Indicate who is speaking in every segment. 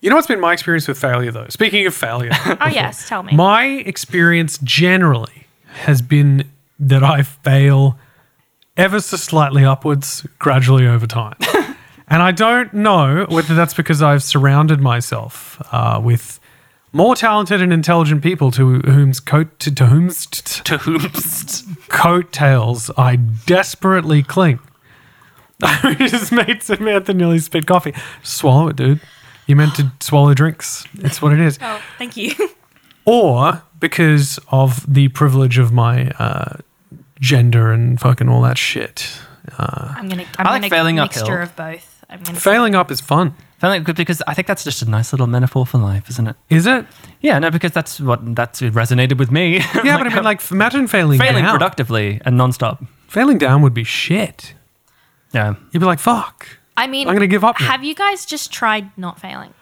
Speaker 1: You know what's been my experience with failure, though? Speaking of failure,
Speaker 2: Oh yes, tell me.
Speaker 1: my experience generally has been that I fail ever so slightly upwards gradually over time. and I don't know whether that's because I've surrounded myself uh, with more talented and intelligent people to whom's coat to, to whom's
Speaker 3: To whomst.
Speaker 1: coattails I desperately cling. I just made Samantha nearly spit coffee. Swallow it, dude. You meant to swallow drinks. It's what it is.
Speaker 2: oh, thank you.
Speaker 1: Or because of the privilege of my uh, gender and fucking all that shit.
Speaker 2: I'm gonna. I'm
Speaker 3: I like
Speaker 2: gonna
Speaker 3: failing
Speaker 2: mixture
Speaker 3: uphill.
Speaker 2: of both. I'm gonna.
Speaker 1: Failing up is fun,
Speaker 3: Feeling good because I think that's just a nice little metaphor for life, isn't it?
Speaker 1: is it?
Speaker 3: Yeah, no, because that's what that's it resonated with me.
Speaker 1: Yeah, but I mean, like, imagine failing,
Speaker 3: failing
Speaker 1: down.
Speaker 3: productively and nonstop.
Speaker 1: failing down would be shit.
Speaker 3: Yeah.
Speaker 1: You'd be like, fuck.
Speaker 2: I mean,
Speaker 1: I'm gonna give up now.
Speaker 2: Have you guys just tried not failing?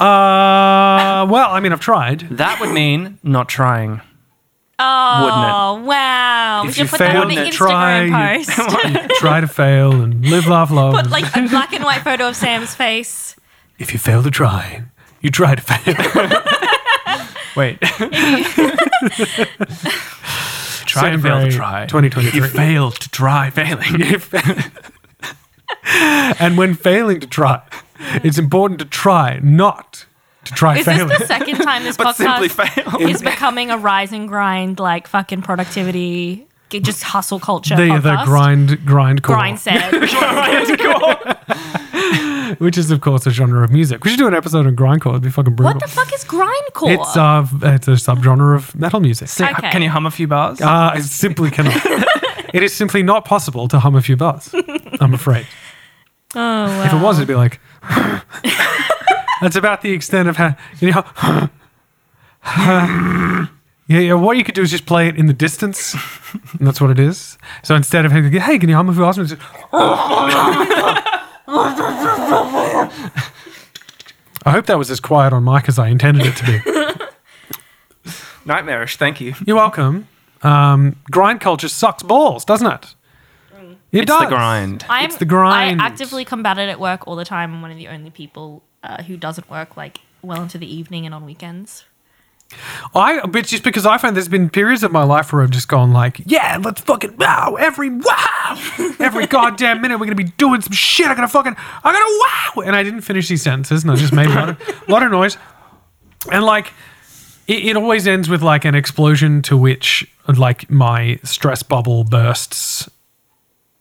Speaker 1: Uh, well, I mean, I've tried.
Speaker 3: That would mean not trying.
Speaker 2: Oh wow! we
Speaker 1: If
Speaker 2: should
Speaker 1: you
Speaker 2: put that on the
Speaker 1: fail,
Speaker 2: Instagram
Speaker 1: try-
Speaker 2: post.
Speaker 1: Try to fail and live, laugh, love.
Speaker 2: put like a black and white photo of Sam's face.
Speaker 1: if you fail to try, you try to fail.
Speaker 3: Wait. try and fail to try.
Speaker 1: 2023.
Speaker 3: You fail to try failing.
Speaker 1: and when failing to try, it's important to try not to try
Speaker 2: Hmm. Is
Speaker 1: failing.
Speaker 2: this the second time this
Speaker 3: but simply
Speaker 2: podcast
Speaker 3: fail.
Speaker 2: is becoming a rise and grind like fucking productivity, g- just hustle culture
Speaker 1: the,
Speaker 2: podcast?
Speaker 1: the grind grind core,
Speaker 2: grind said.
Speaker 1: which is of course a genre of music. We should do an episode on grindcore. It'd be fucking brutal.
Speaker 2: what the fuck is grindcore?
Speaker 1: It's uh, it's a subgenre of metal music.
Speaker 3: Sing-
Speaker 2: Okay.
Speaker 3: Can you hum a few bars?
Speaker 1: Uh, I simply cannot. it is simply not possible to hum a few bars. I'm afraid.
Speaker 2: oh wow.
Speaker 1: If it was, it'd be like. That's about the extent of how you know. yeah, yeah. What you could do is just play it in the distance, and that's what it is. So instead of hey, can you hum a few awesome? I hope that was as quiet on mic as I intended it to be.
Speaker 3: Nightmarish, thank you.
Speaker 1: You're welcome. Um, grind culture sucks balls, doesn't it? It
Speaker 3: Mm. It's
Speaker 1: does.
Speaker 3: the grind.
Speaker 2: I'm,
Speaker 1: It's the grind.
Speaker 2: I actively combat it at work all the time. I'm one of the only people uh, who doesn't work like well into the evening and on weekends.
Speaker 1: I, but just because I found there's been periods of my life where I've just gone like, yeah, let's fucking wow every wow, every goddamn minute we're gonna be doing some shit. I gotta fucking, I gotta wow, and I didn't finish these sentences, and I just made a lot of, lot of noise, and like, it, it always ends with like an explosion to which like my stress bubble bursts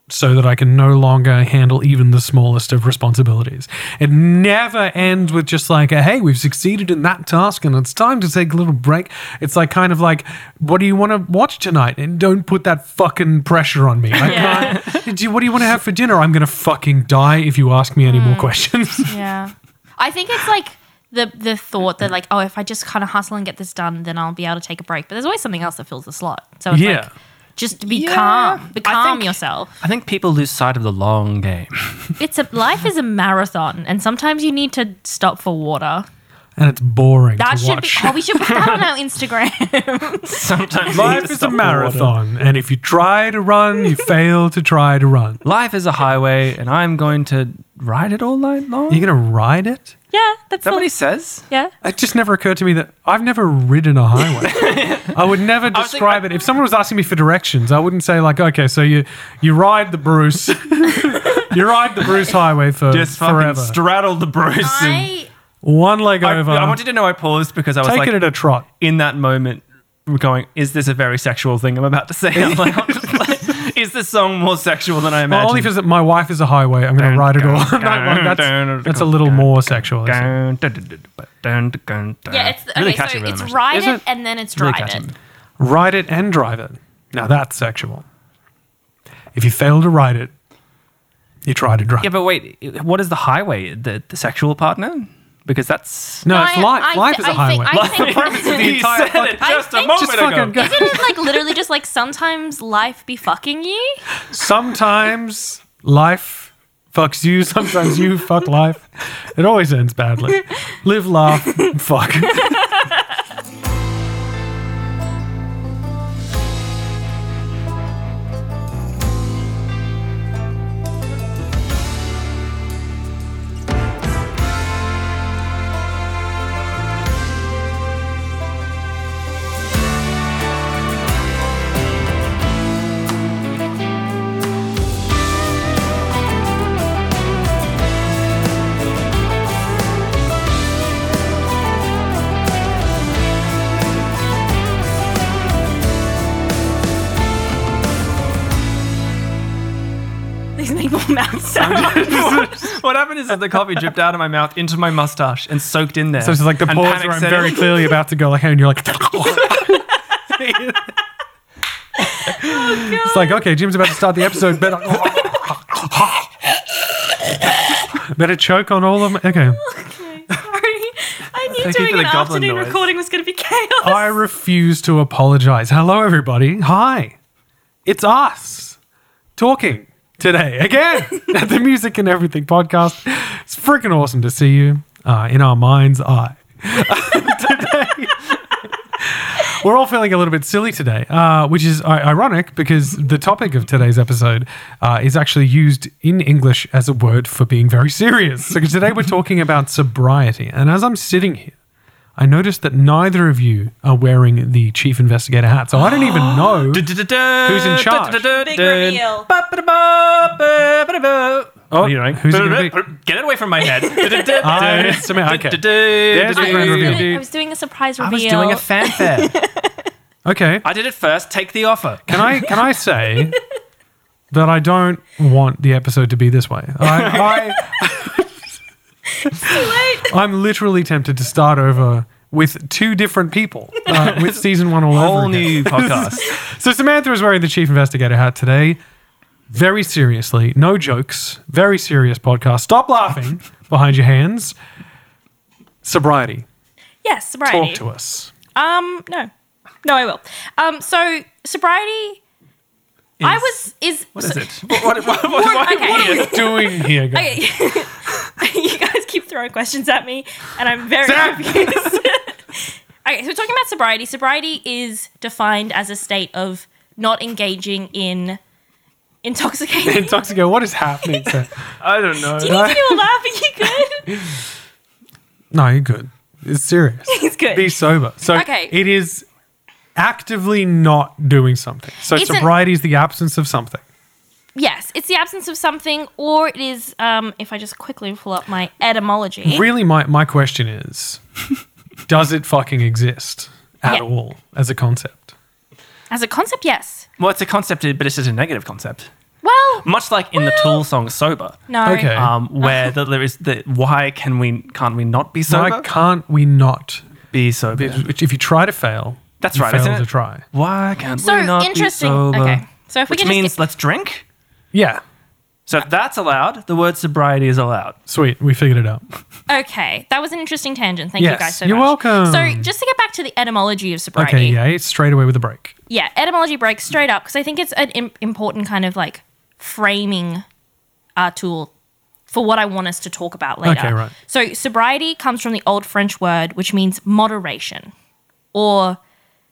Speaker 1: so that I can no longer handle even the smallest of responsibilities. It never ends with just like a hey, we've succeeded in that task and it's time to take a little break. It's like kind of like, what do you want to watch tonight? And don't put that fucking pressure on me. I
Speaker 2: Yeah.
Speaker 1: can't. Do you, what do you want to have for dinner? I'm gonna fucking die if you ask me any
Speaker 2: Hmm.
Speaker 1: more questions.
Speaker 2: Yeah. I think it's like the the thought that like, oh, if I just kind of hustle and get this done, then I'll be able to take a break. But there's always something else that fills the slot. So it's
Speaker 1: Yeah.
Speaker 2: like just be
Speaker 3: Yeah.
Speaker 2: calm. Be
Speaker 3: I
Speaker 2: calm
Speaker 3: think-
Speaker 2: yourself.
Speaker 3: I think people lose sight of the long game.
Speaker 2: It's a life is a marathon and sometimes you need to stop for water.
Speaker 1: and it's boring to
Speaker 2: That should be
Speaker 1: watch.
Speaker 2: oh, we should put that on our Instagram.
Speaker 3: Sometimes you need to
Speaker 1: Life is
Speaker 3: stop
Speaker 1: a
Speaker 3: for water.
Speaker 1: marathon, and if you try to run, you fail to try to run.
Speaker 3: Life is a highway, and I'm going to ride it all night long.
Speaker 1: You're gonna ride it?
Speaker 2: yeah, that's all.
Speaker 3: Somebody says.
Speaker 2: Yeah.
Speaker 1: It just never occurred to me that I've never ridden a highway. I would never
Speaker 3: was thinking-
Speaker 1: describe it. If someone was asking me for directions, I wouldn't say like, "Okay, so you you ride the Bruce, you ride the Bruce Highway for
Speaker 3: Just fucking
Speaker 1: forever,
Speaker 3: straddled the Bruce. and-
Speaker 2: I
Speaker 1: one leg
Speaker 3: I,
Speaker 1: over."
Speaker 3: I wanted to know I paused because I was
Speaker 1: take
Speaker 3: like,
Speaker 1: it at a trot.
Speaker 3: in that moment, going, is this a very sexual thing I'm about to say out loud? Like, is this song more sexual than I imagined?
Speaker 1: Well, only because my wife is a highway, I'm going to ride it all.
Speaker 3: dun,
Speaker 1: night long.
Speaker 3: dun,
Speaker 1: that's, that's a little more sexual. isn't it?
Speaker 3: Dun, dun, dun, dun, dun, dun, dun.
Speaker 2: yeah, it's
Speaker 3: really
Speaker 2: okay,
Speaker 3: catchy
Speaker 2: so
Speaker 3: rhythm,
Speaker 2: it's
Speaker 3: actually.
Speaker 2: ride
Speaker 1: Is
Speaker 2: it,
Speaker 1: it?
Speaker 2: and then it's
Speaker 3: Really
Speaker 2: drive
Speaker 3: catchy.
Speaker 2: it.
Speaker 1: Ride it and drive it. Now that's sexual. If you fail to ride it, you try to drive.
Speaker 3: Yeah, but wait, what is the highway? The, the sexual partner? Because that's
Speaker 1: no, it's
Speaker 2: I-
Speaker 1: life.
Speaker 2: I
Speaker 1: life
Speaker 2: thi-
Speaker 1: is a
Speaker 2: I
Speaker 1: highway.
Speaker 2: think- I think-
Speaker 3: He
Speaker 1: entire
Speaker 3: said it
Speaker 2: I
Speaker 3: just a
Speaker 2: think-
Speaker 3: moment
Speaker 1: just
Speaker 3: ago.
Speaker 1: fucking go.
Speaker 2: Isn't it like literally just like sometimes life be fucking you?
Speaker 1: sometimes life fucks you. Sometimes you fuck life. It always ends badly. Live, laugh, fuck.
Speaker 3: what, what happened is that the coffee dripped out of my mouth into my mustache and soaked in there.
Speaker 1: So it's just like the
Speaker 3: And
Speaker 1: pause
Speaker 3: panic Oh,
Speaker 1: where I'm
Speaker 3: set
Speaker 1: very
Speaker 3: in.
Speaker 1: clearly about to go like, hey, and you're like, it's like, okay, Jim's about to start the episode. Better, better choke on all of them. Okay.
Speaker 2: Okay, sorry. I knew
Speaker 3: Thank you
Speaker 2: doing
Speaker 3: for
Speaker 2: an
Speaker 3: the goblin
Speaker 2: afternoon
Speaker 3: noise.
Speaker 2: recording was going to be chaos.
Speaker 1: I refuse to apologize. Hello, everybody. Hi. It's us talking today again at the Music and Everything podcast. It's freaking awesome to see you uh, in our mind's eye. Today- We're all feeling a little bit silly today, uh, which is I- ironic because the topic of today's episode uh, is actually used in English as a word for being very serious. So today we're talking about sobriety. And as I'm sitting here, I noticed that neither of you are wearing the chief investigator hat, so I don't even know.
Speaker 3: Who's
Speaker 1: in charge?
Speaker 2: Big reveal.
Speaker 3: Oh, you know,
Speaker 1: who's it gonna be?
Speaker 3: Get it away from my head.
Speaker 1: I- it's a man- okay.
Speaker 3: There's
Speaker 1: the
Speaker 2: I,
Speaker 1: grand
Speaker 2: was
Speaker 1: reveal.
Speaker 2: doing, I was doing a surprise
Speaker 3: I
Speaker 2: reveal.
Speaker 3: was doing a fanfare.
Speaker 1: Okay,
Speaker 3: I did it first. Take the offer.
Speaker 1: can I can I say that I don't want the episode to be this way? I, I
Speaker 2: Too late.
Speaker 1: I'm literally tempted to start over with two different people uh, with season one all over
Speaker 3: Whole
Speaker 1: again.
Speaker 3: new podcast.
Speaker 1: So Samantha is wearing the chief investigator hat today. Very seriously, no jokes. Very serious podcast. Stop laughing behind your hands. Sobriety.
Speaker 2: Yes, sobriety.
Speaker 1: Talk to us.
Speaker 2: Um, no, no, I will. Um, so sobriety. I
Speaker 3: Is-
Speaker 2: was is.
Speaker 3: What is it? What, what, what, what,
Speaker 2: okay.
Speaker 1: Doing here, guys.
Speaker 2: Okay. you guys keep throwing questions at me, and I'm very
Speaker 1: Zap!
Speaker 2: confused. okay, so we're talking about sobriety. Sobriety is defined as a state of not engaging in intoxicating.
Speaker 1: Intoxico, what is happening? Uh, to-
Speaker 3: I don't know.
Speaker 2: Do you need to do a laugh? Are you good?
Speaker 1: no, you're good. It's serious.
Speaker 2: He's good.
Speaker 1: Be sober. So
Speaker 2: Okay.
Speaker 1: it is actively not doing something. So
Speaker 2: It's an-
Speaker 1: sobriety is the absence of something.
Speaker 2: Yes, it's the absence of something, or it is. Um, if I just quickly pull up my etymology.
Speaker 1: Really, my, my question is does it fucking exist at
Speaker 2: Yeah.
Speaker 1: all as a concept?
Speaker 2: As a concept, yes.
Speaker 3: Well, it's a concept, but it's just a negative concept.
Speaker 2: Well,
Speaker 3: Much like in the Tool song "Sober,"
Speaker 2: no.
Speaker 1: Okay.
Speaker 3: um, where the, there is the why can we can't we not be sober?
Speaker 1: Why can't we not?
Speaker 3: be sober.
Speaker 1: Which If you try to fail,
Speaker 3: That's
Speaker 1: you
Speaker 3: right,
Speaker 1: fail
Speaker 3: isn't
Speaker 1: to
Speaker 3: it?
Speaker 1: try.
Speaker 3: Why can't
Speaker 2: So
Speaker 3: we not
Speaker 2: interesting.
Speaker 3: be sober?
Speaker 2: Okay. So if we
Speaker 3: which
Speaker 2: can just
Speaker 3: means
Speaker 2: get-
Speaker 3: let's drink.
Speaker 1: Yeah.
Speaker 3: So if that's allowed, the word sobriety is allowed.
Speaker 1: Sweet. We figured it out.
Speaker 2: Okay, that was an interesting tangent. Thank you
Speaker 1: Yes,
Speaker 2: guys so
Speaker 1: you're
Speaker 2: much.
Speaker 1: welcome.
Speaker 2: So, just to get back to the etymology of sobriety.
Speaker 1: Okay. Yeah. It's straight away with a break.
Speaker 2: Yeah, etymology break straight up because I think it's an Im- important kind of like framing uh, tool for what I want us to talk about later.
Speaker 1: Okay, right.
Speaker 2: So, sobriety comes from the old French word which means moderation or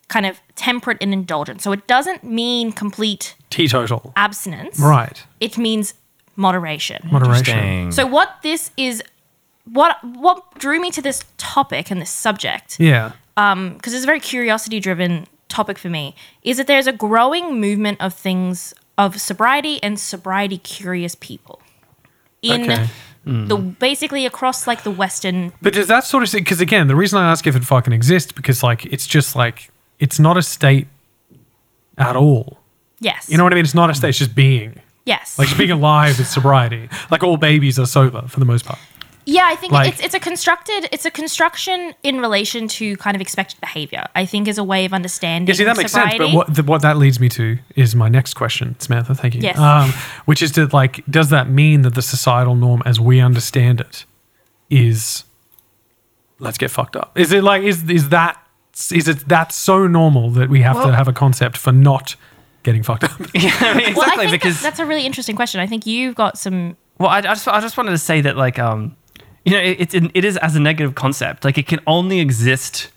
Speaker 2: kind of temperate and indulgent. So, it doesn't mean complete
Speaker 1: Teetotal.
Speaker 2: abstinence,
Speaker 1: Right.
Speaker 2: it means moderation.
Speaker 1: Moderation.
Speaker 2: So what this is what what drew me to this topic and this subject
Speaker 1: Yeah.
Speaker 2: because it's a very curiosity driven topic for me is that there's a growing movement of things of sobriety and sobriety curious people in
Speaker 1: Okay. Mm.
Speaker 2: the basically across like the western
Speaker 1: But does that sort of because again, the reason I ask if it fucking exists because like it's just like it's not a state at all.
Speaker 2: yes
Speaker 1: You know what I mean? It's not a state. It's just being
Speaker 2: yes
Speaker 1: like just being alive is sobriety. Like all babies are sober for the most part.
Speaker 2: Yeah, I think
Speaker 1: Like-
Speaker 2: it's it's a constructed it's a construction in relation to kind of expected behavior. I think is a way of understanding.
Speaker 1: Yeah, see that makes
Speaker 2: sobriety.
Speaker 1: sense. But what the, what that leads me to is my next question, Samantha. Thank you.
Speaker 2: Yes.
Speaker 1: Um, which is to like, does that mean that the societal norm as we understand it is let's get fucked up? Is it like is is that is it that so normal that we have
Speaker 3: Well-
Speaker 1: to have a concept for not getting fucked up?
Speaker 3: I mean,
Speaker 2: Well, I
Speaker 3: exactly
Speaker 2: think
Speaker 3: because
Speaker 2: that's, that's a really interesting question. I think you've got some
Speaker 3: Well, I, I just I just wanted to say that like um, you know, it, it it is as a negative concept. Like it can only exist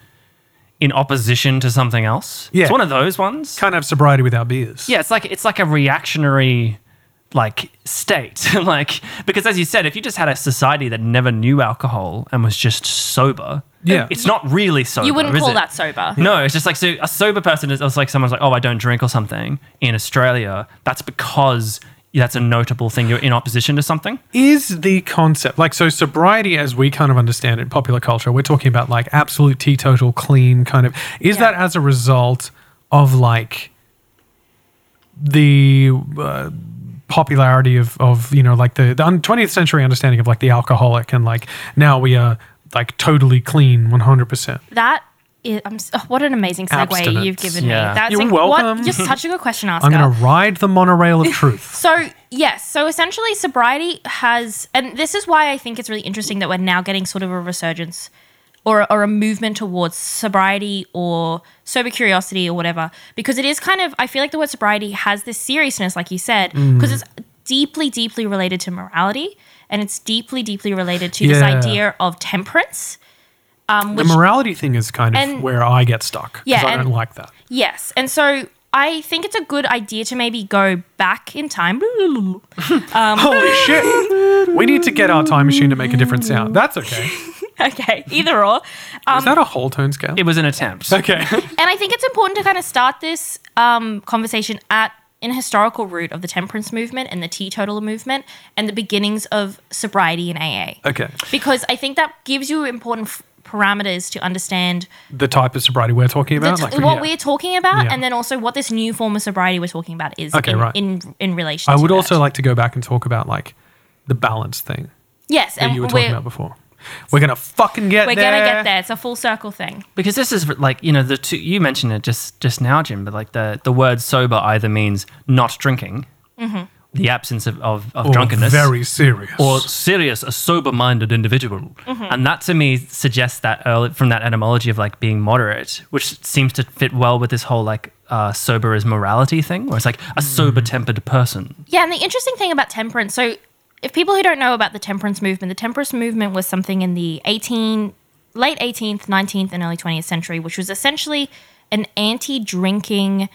Speaker 3: in opposition to something else.
Speaker 1: Yeah.
Speaker 3: it's one of those ones.
Speaker 1: Can't have sobriety without beers.
Speaker 3: Yeah, it's like it's like a reactionary like state. like because as you said, if you just had a society that never knew alcohol and was just sober,
Speaker 1: Yeah.
Speaker 3: it's not really sober.
Speaker 1: Oh,
Speaker 2: you wouldn't
Speaker 3: is
Speaker 2: call
Speaker 3: it?
Speaker 2: that sober.
Speaker 3: No, it's just like so a sober person is it's like someone's like, oh, I don't drink or something in Australia. That's because that's a notable thing. You're in opposition to something.
Speaker 1: is the concept like so sobriety as we kind of understand it in popular culture we're talking about like absolute teetotal clean kind of is
Speaker 2: Yeah.
Speaker 1: that as a result of like the uh, popularity of of you know like the the un- 20th century understanding of like the alcoholic and like now we are like totally clean 100 percent
Speaker 2: That is, I'm, s- oh, what an amazing segue
Speaker 1: Abstinence.
Speaker 2: you've given
Speaker 3: Yeah.
Speaker 2: me. That's
Speaker 1: You're
Speaker 2: inc-
Speaker 1: welcome.
Speaker 2: What, you're such a good question asker.
Speaker 1: I'm gonna ride the monorail of truth
Speaker 2: So, yes. So, essentially, sobriety has, and this is why I think it's really interesting that we're now getting sort of a resurgence or, or a movement towards sobriety or sober curiosity or whatever, because it is kind of, I feel like the word sobriety has this seriousness, like you said,
Speaker 1: Mm.
Speaker 2: because it's deeply, deeply related to morality and it's deeply, deeply related to this
Speaker 1: Yeah.
Speaker 2: idea of temperance. Um,
Speaker 1: the
Speaker 2: which
Speaker 1: morality thing is kind of
Speaker 2: And-
Speaker 1: where I get stuck because
Speaker 2: Yeah,
Speaker 1: I
Speaker 2: and-
Speaker 1: don't like that
Speaker 2: Yes. And so I think it's a good idea to maybe go back in time.
Speaker 1: holy shit we need to get our time machine to make a different sound that's okay
Speaker 2: okay, either or. Um,
Speaker 1: is that a whole tone scale
Speaker 3: It was an attempt.
Speaker 1: okay
Speaker 2: And I think it's important to kind of start this um, conversation at an historical root of the temperance movement and the teetotaler movement and the beginnings of sobriety in AA.
Speaker 1: okay
Speaker 2: Because I think that gives you important f- parameters to understand
Speaker 1: the type of sobriety we're talking about
Speaker 2: the
Speaker 1: like
Speaker 2: t- what
Speaker 1: yeah.
Speaker 2: we're talking about
Speaker 1: Yeah.
Speaker 2: and then also what this new form of sobriety we're talking about is
Speaker 1: Okay,
Speaker 2: in,
Speaker 1: right.
Speaker 2: in, in relation
Speaker 1: I
Speaker 2: to
Speaker 1: would
Speaker 2: that.
Speaker 1: also like to go back and talk about like the balance thing
Speaker 2: Yes,
Speaker 1: that
Speaker 2: and
Speaker 1: you were
Speaker 2: we're,
Speaker 1: talking about before. We're gonna fucking get
Speaker 2: we're
Speaker 1: there.
Speaker 2: going to get there. It's a full circle thing.
Speaker 3: because this is like you know the two you mentioned it just just now jim but like the the word sober either means not drinking the absence of of, of
Speaker 1: Or
Speaker 3: drunkenness
Speaker 1: Very serious.
Speaker 3: or serious a sober-minded individual and that to me suggests that early, from that etymology of like being moderate which seems to fit well with this whole like uh, sober is morality thing where it's like a sober-tempered person
Speaker 2: Yeah, and the interesting thing about temperance, so if people who don't know about the temperance movement, the temperance movement was something in the 18 late 18th, 19th and early 20th century, which was essentially an anti-drinking,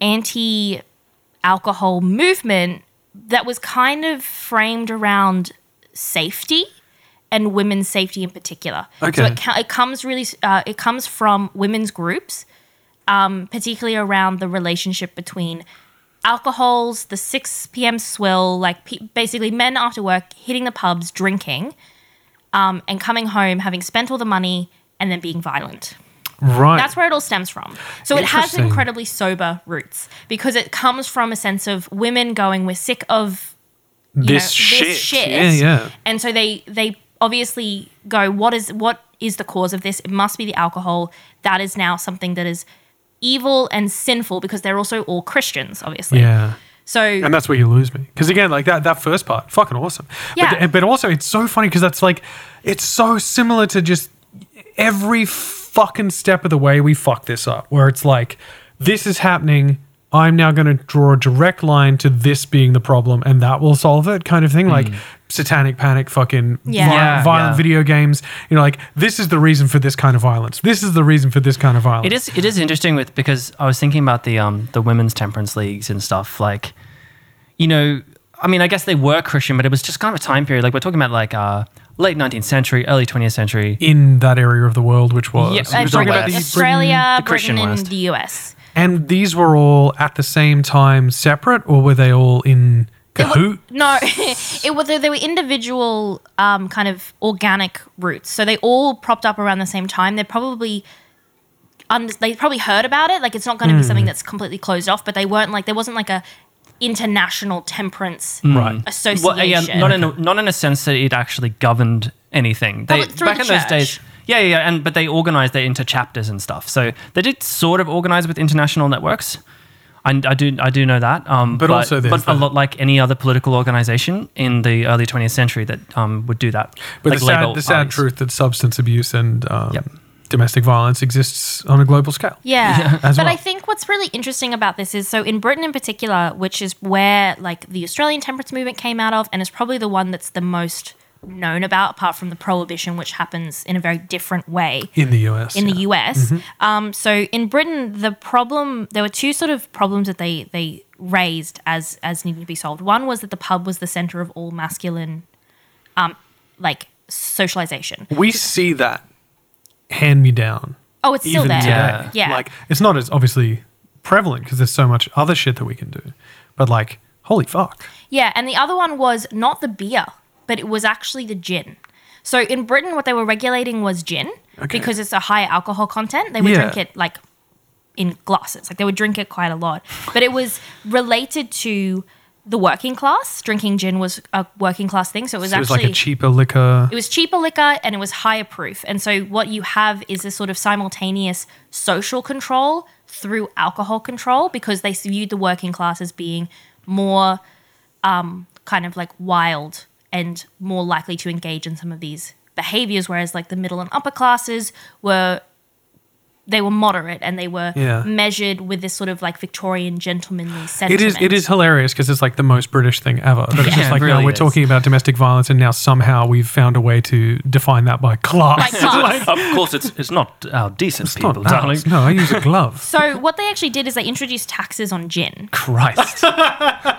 Speaker 2: anti-alcohol movement that was kind of framed around safety and women's safety in particular. So
Speaker 1: Okay.
Speaker 2: it, co- it comes really uh, it comes from women's groups um, particularly around the relationship between alcohols, the 6 p.m. swill, like pe- basically men after work hitting the pubs, drinking, um, and coming home having spent all the money and then being violent.
Speaker 1: right.
Speaker 2: That's where it all stems from. So it has
Speaker 1: Interesting.
Speaker 2: incredibly sober roots because it comes from a sense of women going, we're sick of
Speaker 1: this,
Speaker 2: you know,
Speaker 1: shit.
Speaker 2: This shit.
Speaker 1: Yeah, yeah.
Speaker 2: And so they they obviously go, what is what is the cause of this? It must be the alcohol. That is now something that is evil and sinful because they're also all Christians, obviously.
Speaker 1: Yeah.
Speaker 2: So
Speaker 1: And that's where you lose me. Because again, like that that first part, fucking awesome. But,
Speaker 2: Yeah.
Speaker 1: th- but also, it's so funny because that's like, it's so similar to just every fucking step of the way we fuck this up, where it's like, this is happening. I'm now going to draw a direct line to this being the problem, and that will solve it, kind of thing. Like satanic panic, fucking
Speaker 2: Yeah.
Speaker 1: vi-
Speaker 3: Mm. Yeah,
Speaker 1: violent
Speaker 3: yeah.
Speaker 1: video games. You know, like this is the reason for this kind of violence. This is the reason for this kind of violence.
Speaker 3: it is it is interesting with because i was thinking about the um the women's temperance leagues and stuff like you know, I mean, I guess they were Christian, but it was just kind of a time period. Like we're talking about like uh, late 19th century, early 20th century.
Speaker 1: in that area of the world, which was
Speaker 3: Yeah,
Speaker 1: You're
Speaker 3: the
Speaker 1: talking about the
Speaker 3: West.
Speaker 2: uh, Australia,
Speaker 3: the Christian
Speaker 2: Britain, and
Speaker 3: West.
Speaker 2: the US.
Speaker 1: And these were all at the same time separate, or were they all in cahoot?
Speaker 2: No, it was they were individual um, kind of organic roots. So they all propped up around the same time. They're probably under, they probably heard about it. Like it's not going to be
Speaker 1: Hmm.
Speaker 2: something that's completely closed off, but they weren't like there wasn't like a international temperance
Speaker 1: Hmm. Right.
Speaker 2: association.
Speaker 3: Well, yeah, not in a, not in a sense that it actually governed anything. They,
Speaker 2: but through
Speaker 3: back
Speaker 2: the
Speaker 3: in those
Speaker 2: church.
Speaker 3: days, yeah, yeah, yeah, and but they organized they into chapters and stuff. So they did sort of organize with international networks. I, I do I do know that. Um,
Speaker 1: But also there's
Speaker 3: but a
Speaker 1: the-
Speaker 3: lot like any other political organization in the early 20th century that um, would do that.
Speaker 1: But
Speaker 3: like
Speaker 1: the sad,
Speaker 3: Labour
Speaker 1: the sad
Speaker 3: parties.
Speaker 1: truth that substance abuse and um,
Speaker 3: Yep.
Speaker 1: domestic violence exists on a global scale.
Speaker 2: Yeah.
Speaker 1: As
Speaker 2: but
Speaker 1: well.
Speaker 2: I think what's really interesting about this is so in Britain in particular, which is where like the Australian temperance movement came out of and is probably the one that's the most known about apart from the prohibition which happens in a very different way
Speaker 1: In the US.
Speaker 2: in
Speaker 1: yeah. Mm-hmm.
Speaker 2: the US. Um, so in Britain, the problem there were two sort of problems that they they raised as as needing to be solved. One was that the pub was the center of all masculine, um, like socialization.
Speaker 1: we see that hand me down.
Speaker 2: Oh, it's still
Speaker 1: even
Speaker 2: there.
Speaker 1: today.
Speaker 3: Yeah.
Speaker 2: Yeah.
Speaker 1: Like, it's not as obviously prevalent because there's so much other shit that we can do. But, like, holy fuck.
Speaker 2: Yeah, and the other one was not the beer, but it was actually the gin. So in Britain, what they were regulating was gin
Speaker 1: Okay.
Speaker 2: because it's a high alcohol content. They would
Speaker 1: Yeah.
Speaker 2: drink it like in glasses, like they would drink it quite a lot. But it was related to the working class. Drinking gin was a working class thing, so it was
Speaker 1: So it was
Speaker 2: actually
Speaker 1: like a cheaper liquor.
Speaker 2: it was cheaper liquor and it was higher proof. And so what you have is this sort of simultaneous social control through alcohol control because they viewed the working class as being more um, kind of like wild and more likely to engage in some of these behaviors, whereas like the middle and upper classes were they were moderate and they were
Speaker 1: Yeah.
Speaker 2: measured with this sort of like Victorian gentlemanly
Speaker 1: It
Speaker 2: sentiment.
Speaker 1: is it is hilarious because it's like the most British thing ever. But it's
Speaker 3: Yeah,
Speaker 1: just
Speaker 3: it
Speaker 1: like
Speaker 3: really
Speaker 1: no, we're
Speaker 3: is.
Speaker 1: talking about domestic violence, and now somehow we've found a way to define that by
Speaker 2: By
Speaker 1: class.
Speaker 2: class.
Speaker 3: of course, it's it's not our decent
Speaker 1: It's
Speaker 3: people,
Speaker 1: not
Speaker 3: darling.
Speaker 1: ours. No, I use a glove.
Speaker 2: so what they actually did is they introduced taxes on gin.
Speaker 3: Christ,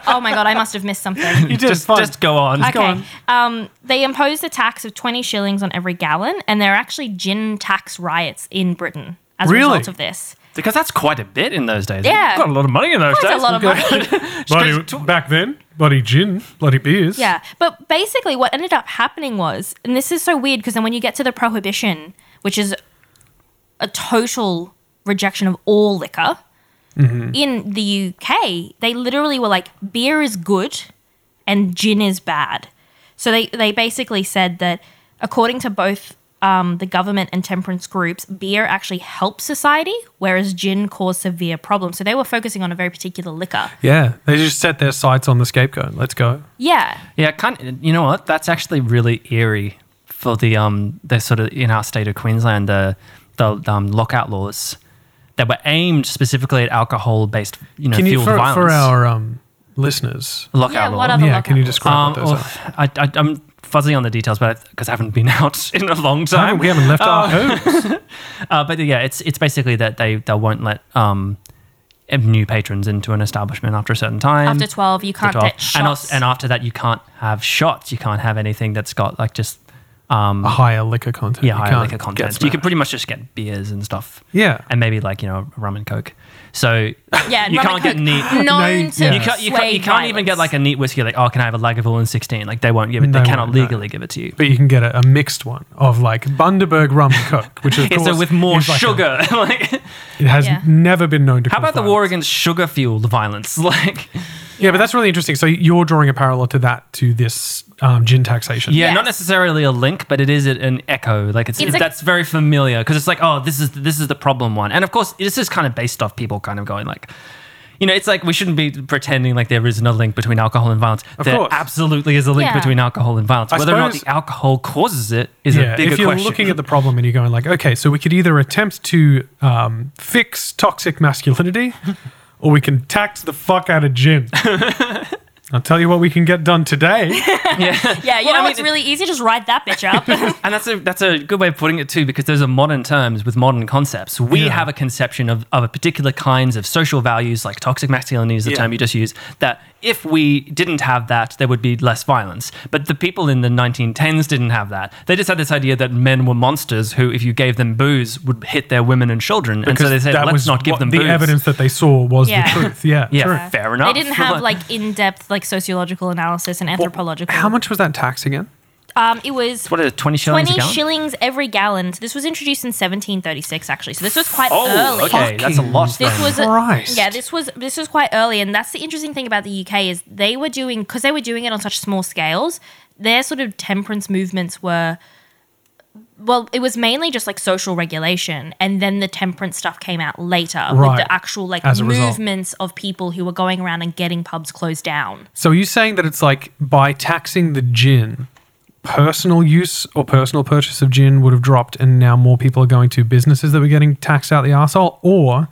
Speaker 2: Oh my god, I must have missed something.
Speaker 1: You
Speaker 3: just just go on.
Speaker 2: Okay. Um, they imposed a tax of 20 shillings on every gallon, and there are actually gin tax riots in Britain as
Speaker 1: Really?
Speaker 2: a result of this.
Speaker 3: because that's quite a bit in those days.
Speaker 2: Yeah.
Speaker 3: got a lot of money in those
Speaker 2: That's
Speaker 3: days.
Speaker 2: a lot of money.
Speaker 1: bloody, back then, bloody gin, bloody beers.
Speaker 2: yeah. But basically, what ended up happening was, and this is so weird because then when you get to the prohibition, which is a total rejection of all liquor
Speaker 3: Mm-hmm.
Speaker 2: in the UK, they literally were like, beer is good and gin is bad. So they, they basically said that according to both um, the government and temperance groups, beer actually helps society, whereas gin caused severe problems. So they were focusing on a very particular liquor.
Speaker 1: yeah. They just set their sights on the scapegoat. Let's go.
Speaker 2: Yeah.
Speaker 3: Yeah, kind. You know what? That's actually really eerie for the um the sort of in our state of Queensland the the um, lockout laws that were aimed specifically at alcohol based you know
Speaker 1: Can you
Speaker 3: fueled
Speaker 1: for,
Speaker 3: violence.
Speaker 1: for our um, listeners?
Speaker 3: lockout
Speaker 2: Yeah,
Speaker 3: law.
Speaker 2: what other
Speaker 1: yeah, can you
Speaker 2: lockouts?
Speaker 1: describe
Speaker 3: um,
Speaker 1: what those are?
Speaker 3: oh, I, I, I'm fuzzy on the details, but because I, haven't been out in a long
Speaker 1: I haven't-
Speaker 3: time.
Speaker 1: we haven't left our home.
Speaker 3: Uh, but yeah, it's it's basically that they they won't let um new patrons into an establishment after a certain time.
Speaker 2: After 12, you can't
Speaker 3: After 12.
Speaker 2: get shots.
Speaker 3: And, also, and after that, you can't have shots. You can't have anything that's got like just
Speaker 1: A higher liquor content.
Speaker 3: yeah,
Speaker 1: You
Speaker 3: higher
Speaker 1: can't
Speaker 3: liquor
Speaker 1: get
Speaker 3: content. You
Speaker 1: smashed.
Speaker 3: can pretty much just get beers and stuff.
Speaker 1: Yeah.
Speaker 3: and maybe like you know rum and coke. So
Speaker 2: yeah,
Speaker 3: you
Speaker 2: rum
Speaker 3: can't
Speaker 2: and
Speaker 3: get
Speaker 2: coke, Known
Speaker 3: neat.
Speaker 1: No,
Speaker 2: to
Speaker 1: yeah.
Speaker 3: You can't, you, can't, you
Speaker 2: sway
Speaker 3: can't even
Speaker 2: violence.
Speaker 3: get like a neat whiskey. Like, oh, can I have a Lagavulin 16? Like, they won't give it.
Speaker 1: No,
Speaker 3: they cannot
Speaker 1: no.
Speaker 3: legally give it to you.
Speaker 1: but you can get a, a mixed one of like Bundaberg rum and coke, which of
Speaker 3: Yeah,
Speaker 1: course
Speaker 3: so with more
Speaker 1: is like a-
Speaker 3: sugar. like,
Speaker 1: it has
Speaker 2: Yeah.
Speaker 1: never been known to.
Speaker 3: how
Speaker 1: cause
Speaker 3: about the war
Speaker 1: violence.
Speaker 3: against sugar fueled violence? Like, yeah,
Speaker 1: Yeah, but that's really interesting. So you're drawing a parallel to that to this um, gin taxation.
Speaker 3: not
Speaker 2: Yes.
Speaker 3: necessarily a link, but it is an echo. Like, it's,
Speaker 2: It's like-
Speaker 3: that's very familiar because it's like, oh, this is this is the problem one, and of course, this is kind of based off people kind of going like. You know, it's like we shouldn't be pretending like there is no link between alcohol and violence. there
Speaker 1: course.
Speaker 3: absolutely is a link
Speaker 2: Yeah.
Speaker 3: between alcohol and violence.
Speaker 1: I
Speaker 3: Whether or not
Speaker 1: suppose-
Speaker 3: the alcohol causes it is
Speaker 1: Yeah,
Speaker 3: a bigger
Speaker 1: if you're
Speaker 3: question.
Speaker 1: looking at the problem and you're going like, okay, so we could either attempt to um, fix toxic masculinity, or we can tax the fuck out of gin. I'll tell you what we can get done today.
Speaker 2: Yeah, you
Speaker 3: Well,
Speaker 2: know
Speaker 3: I mean,
Speaker 2: what's really easy? Just ride that bitch up.
Speaker 3: And that's a that's a good way of putting it too, because those are modern terms with modern concepts. We
Speaker 1: Yeah.
Speaker 3: have a conception of, of a particular kinds of social values, like toxic masculinity is the
Speaker 1: Yeah.
Speaker 3: term you just used, that if we didn't have that, there would be less violence. But the people in the 1910s didn't have that. They just had this idea that men were monsters who, if you gave them booze, would hit their women and children. and so they said,
Speaker 1: that
Speaker 3: let's
Speaker 1: was
Speaker 3: not give
Speaker 1: what
Speaker 3: them
Speaker 1: the
Speaker 3: booze.
Speaker 1: evidence that they saw was
Speaker 2: Yeah.
Speaker 1: the truth. Yeah,
Speaker 3: Yeah,
Speaker 1: true.
Speaker 3: fair enough.
Speaker 2: They didn't have like in-depth like sociological analysis and anthropological.
Speaker 1: How much was that tax again?
Speaker 2: Um, it was
Speaker 3: what are they, 20 shillings a
Speaker 2: twenty
Speaker 3: gallon?
Speaker 2: shillings every gallon. This was introduced in 1736, actually. So this was quite
Speaker 3: Oh,
Speaker 2: early.
Speaker 3: okay, that's a lot.
Speaker 2: This
Speaker 3: then.
Speaker 2: was a,
Speaker 1: Christ.
Speaker 2: yeah. This was this was quite early, and that's the interesting thing about the UK is they were doing because they were doing it on such small scales. Their sort of temperance movements were, well, it was mainly just like social regulation, and then the temperance stuff came out later
Speaker 1: Right.
Speaker 2: with the actual like
Speaker 1: As a result.
Speaker 2: movements of people who were going around and getting pubs closed down.
Speaker 1: So are you saying that it's like by taxing the gin, personal use or personal purchase of gin would have dropped and now more people are going to businesses that were getting taxed out the arsehole? Or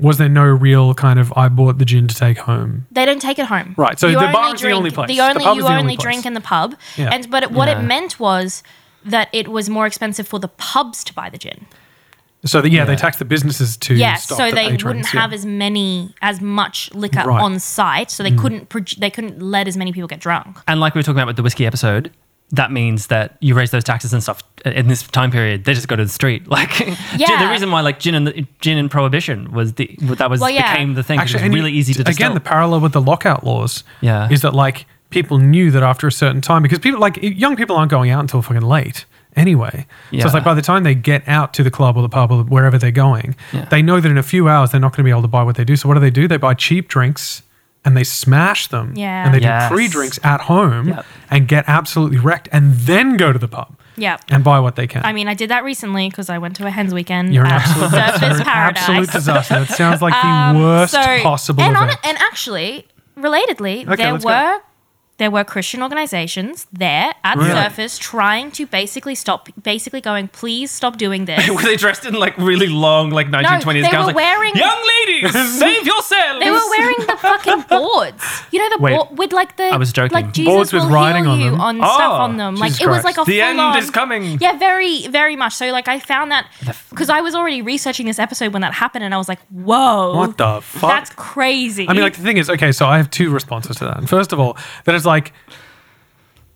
Speaker 1: was there no real kind of I bought the gin to take home?
Speaker 2: They don't take it home.
Speaker 1: Right, so
Speaker 2: You
Speaker 1: the
Speaker 2: only
Speaker 1: bar is the
Speaker 2: drink-
Speaker 1: only place.
Speaker 2: The
Speaker 1: The
Speaker 2: only
Speaker 1: pub
Speaker 2: you
Speaker 1: is the
Speaker 2: only,
Speaker 1: only place.
Speaker 2: drink in the pub.
Speaker 1: Yeah.
Speaker 2: And but it, what
Speaker 3: Yeah.
Speaker 2: it meant was that it was more expensive for the pubs to buy the gin.
Speaker 1: So that yeah, they
Speaker 3: Yeah.
Speaker 1: taxed the businesses to
Speaker 2: Yeah,
Speaker 1: stop
Speaker 2: so
Speaker 1: the
Speaker 2: they
Speaker 1: patrons,
Speaker 2: wouldn't
Speaker 1: yeah.
Speaker 2: have as many as much liquor
Speaker 1: Right. Mm.
Speaker 2: on site, so they couldn't produ- they couldn't let as many people get drunk.
Speaker 3: And like we were talking about with the whiskey episode, that means that you raise those taxes and stuff in this time period. They just go to the street. Like, gin- the
Speaker 2: Yeah.
Speaker 3: reason why like gin and gin and prohibition was the that was
Speaker 2: Well, yeah.
Speaker 3: became the thing. 'cause
Speaker 1: Actually,
Speaker 3: it
Speaker 1: and
Speaker 3: was
Speaker 1: you-
Speaker 3: really easy to distill.
Speaker 1: again the parallel with the lockout laws.
Speaker 3: Yeah.
Speaker 1: is that like people knew that after a certain time because people like young people aren't going out until fucking late anyway. So
Speaker 3: Yeah.
Speaker 1: it's like by the time they get out to the club or the pub or wherever they're going,
Speaker 3: Yeah.
Speaker 1: they know that in a few hours they're not going to be able to buy what they do. So what do they do? They buy cheap drinks and they smash them
Speaker 2: Yeah.
Speaker 1: and they
Speaker 3: Yes.
Speaker 1: do pre-drinks at home
Speaker 3: Yep.
Speaker 1: and get absolutely wrecked and then go to the pub
Speaker 2: Yeah.
Speaker 1: and buy what they can.
Speaker 2: I mean, I did that recently because I went to a hens weekend
Speaker 1: You're an
Speaker 2: at
Speaker 1: absolute
Speaker 2: Surfers Paradise. Um,
Speaker 1: Absolute disaster. That sounds like the worst
Speaker 2: So-
Speaker 1: possible
Speaker 2: and, on-
Speaker 1: event.
Speaker 2: and actually, relatedly,
Speaker 1: Okay,
Speaker 2: there
Speaker 1: let's go.
Speaker 2: were there were Christian organizations there at
Speaker 1: Really?
Speaker 2: Surfers trying to basically stop, basically going, please stop doing this.
Speaker 3: Were they dressed in like really long, like 1920s
Speaker 2: they
Speaker 3: gowns?
Speaker 2: were
Speaker 3: like,
Speaker 2: wearing-
Speaker 3: Young ladies, save yourselves.
Speaker 2: They were wearing the fucking boards. You know the
Speaker 1: Wait.
Speaker 2: board with like the
Speaker 3: I was joking.
Speaker 2: like Jesus
Speaker 1: Boards with
Speaker 2: will
Speaker 1: writing
Speaker 2: heal
Speaker 1: on
Speaker 2: you
Speaker 1: them.
Speaker 2: on
Speaker 3: Oh,
Speaker 2: stuff on them. Like
Speaker 1: Jesus
Speaker 2: it was
Speaker 1: Christ.
Speaker 2: like a
Speaker 3: The
Speaker 2: full
Speaker 3: end
Speaker 2: on,
Speaker 3: is coming.
Speaker 2: Yeah, very very much. So like I found that because I was already researching this episode when that happened, and I was like, whoa,
Speaker 1: what the fuck?
Speaker 2: That's crazy.
Speaker 1: I mean, like the thing is, okay, so I have two responses to that. And first of all, that is like,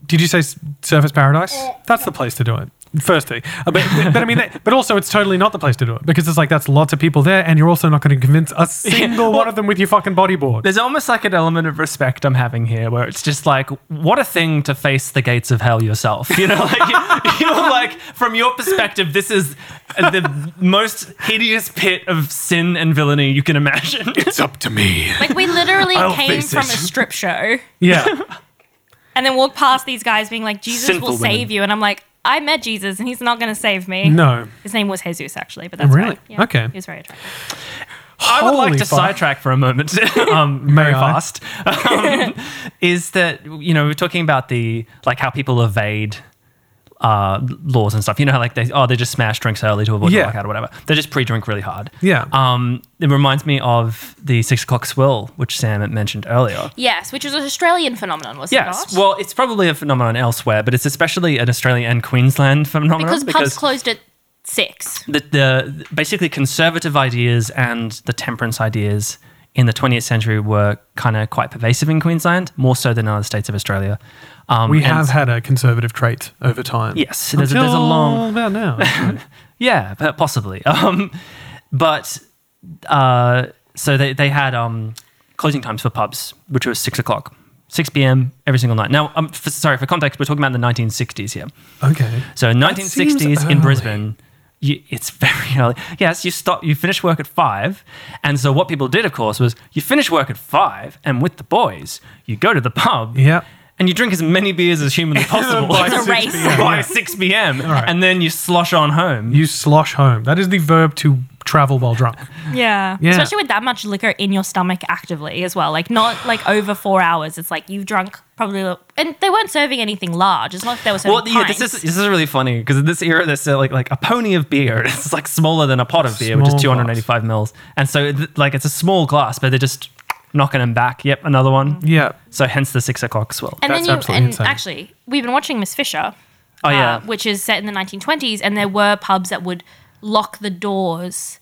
Speaker 1: did you say s- Surface Paradise? That's the place to do it. First thing, Uh, but, but I mean, that- but also it's totally not the place to do it because it's like that's lots of people there, and you're also not going to convince a single one of them with your fucking bodyboard.
Speaker 3: There's almost like an element of respect I'm having here, where it's just like, what a thing to face the gates of hell yourself. You know, like you're like from your perspective, this is the most hideous pit of sin and villainy you can imagine.
Speaker 1: It's up to me.
Speaker 2: Like, we literally
Speaker 3: I'll
Speaker 2: came
Speaker 3: face
Speaker 2: from
Speaker 3: it.
Speaker 2: a strip show
Speaker 1: Yeah,
Speaker 2: and then walked past these guys being like, Jesus
Speaker 3: Sinful
Speaker 2: will
Speaker 3: women.
Speaker 2: save you, and I'm like, I met Jesus and he's not going to save me.
Speaker 1: no.
Speaker 2: His name was Jesus actually, but that's
Speaker 1: really?
Speaker 2: fine. Yeah.
Speaker 1: Okay.
Speaker 2: He was very attractive.
Speaker 3: I would like
Speaker 1: Holy
Speaker 3: to
Speaker 1: fuck.
Speaker 3: sidetrack for a moment, um,
Speaker 1: May
Speaker 3: very
Speaker 1: I?
Speaker 3: fast. Um, is that you know we're talking about the like how people evade uh, laws and stuff. You know how like they oh they just smash drinks early to avoid
Speaker 1: Yeah.
Speaker 3: yeah. blackout or whatever. They just pre-drink really hard.
Speaker 1: Yeah.
Speaker 3: Um, it reminds me of the six o'clock swill, which Sam had mentioned earlier.
Speaker 2: Yes, which is an Australian phenomenon, was
Speaker 3: Yes.
Speaker 2: it not?
Speaker 3: Well, it's probably a phenomenon elsewhere, but it's especially an Australian and Queensland phenomenon
Speaker 2: because pubs closed at six.
Speaker 3: the, the basically conservative ideas and the temperance ideas in the 20th century were kind of quite pervasive in Queensland, more so than other states of Australia. Um,
Speaker 1: We
Speaker 3: and-
Speaker 1: have had a conservative trait over time.
Speaker 3: Yes, there's a- there's a long-
Speaker 1: Until about now. actually.
Speaker 3: yeah, p- possibly. Um, but uh, so they they had um, closing times for pubs, which was six o'clock, six p.m. every single night. Now, um, for, sorry for context, we're talking about the 1960s here.
Speaker 1: okay.
Speaker 3: So in
Speaker 1: That seems
Speaker 3: 1960s
Speaker 1: early.
Speaker 3: in Brisbane, you, it's very early. Yes, you stop. You finish work at five, and so what people did, of course, was you finish work at five, and with the boys, you go to the pub.
Speaker 1: Yeah.
Speaker 3: And you drink as many beers as humanly possible
Speaker 1: By
Speaker 2: It's a
Speaker 1: 6
Speaker 2: race.
Speaker 1: p.m.
Speaker 3: by 6 p.m.
Speaker 1: right.
Speaker 3: And then you slosh on home.
Speaker 1: You slosh home. That is the verb to travel while drunk.
Speaker 2: Yeah.
Speaker 1: Yeah.
Speaker 2: Especially with that much liquor in your stomach actively as well. Like not like over four hours. It's like you've drunk probably and they weren't serving anything large. It's not like they were serving
Speaker 3: Well, yeah, this is
Speaker 2: pints.
Speaker 3: this is really funny because in this era, there's uh, like like a pony of beer. It's like smaller than a pot of beer, which
Speaker 1: Small
Speaker 3: is 285 mils, and so th- like it's a small glass, but they're just knocking them back. Yep, another one.
Speaker 2: Mm.
Speaker 1: Yeah.
Speaker 3: So hence the six o'clock swill.
Speaker 2: And
Speaker 1: That's
Speaker 2: then you
Speaker 1: absolutely
Speaker 2: and
Speaker 1: insane.
Speaker 2: actually we've been watching Miss Fisher.
Speaker 3: oh yeah,
Speaker 2: uh, which is set in the 1920s, and there were pubs that would lock the doors,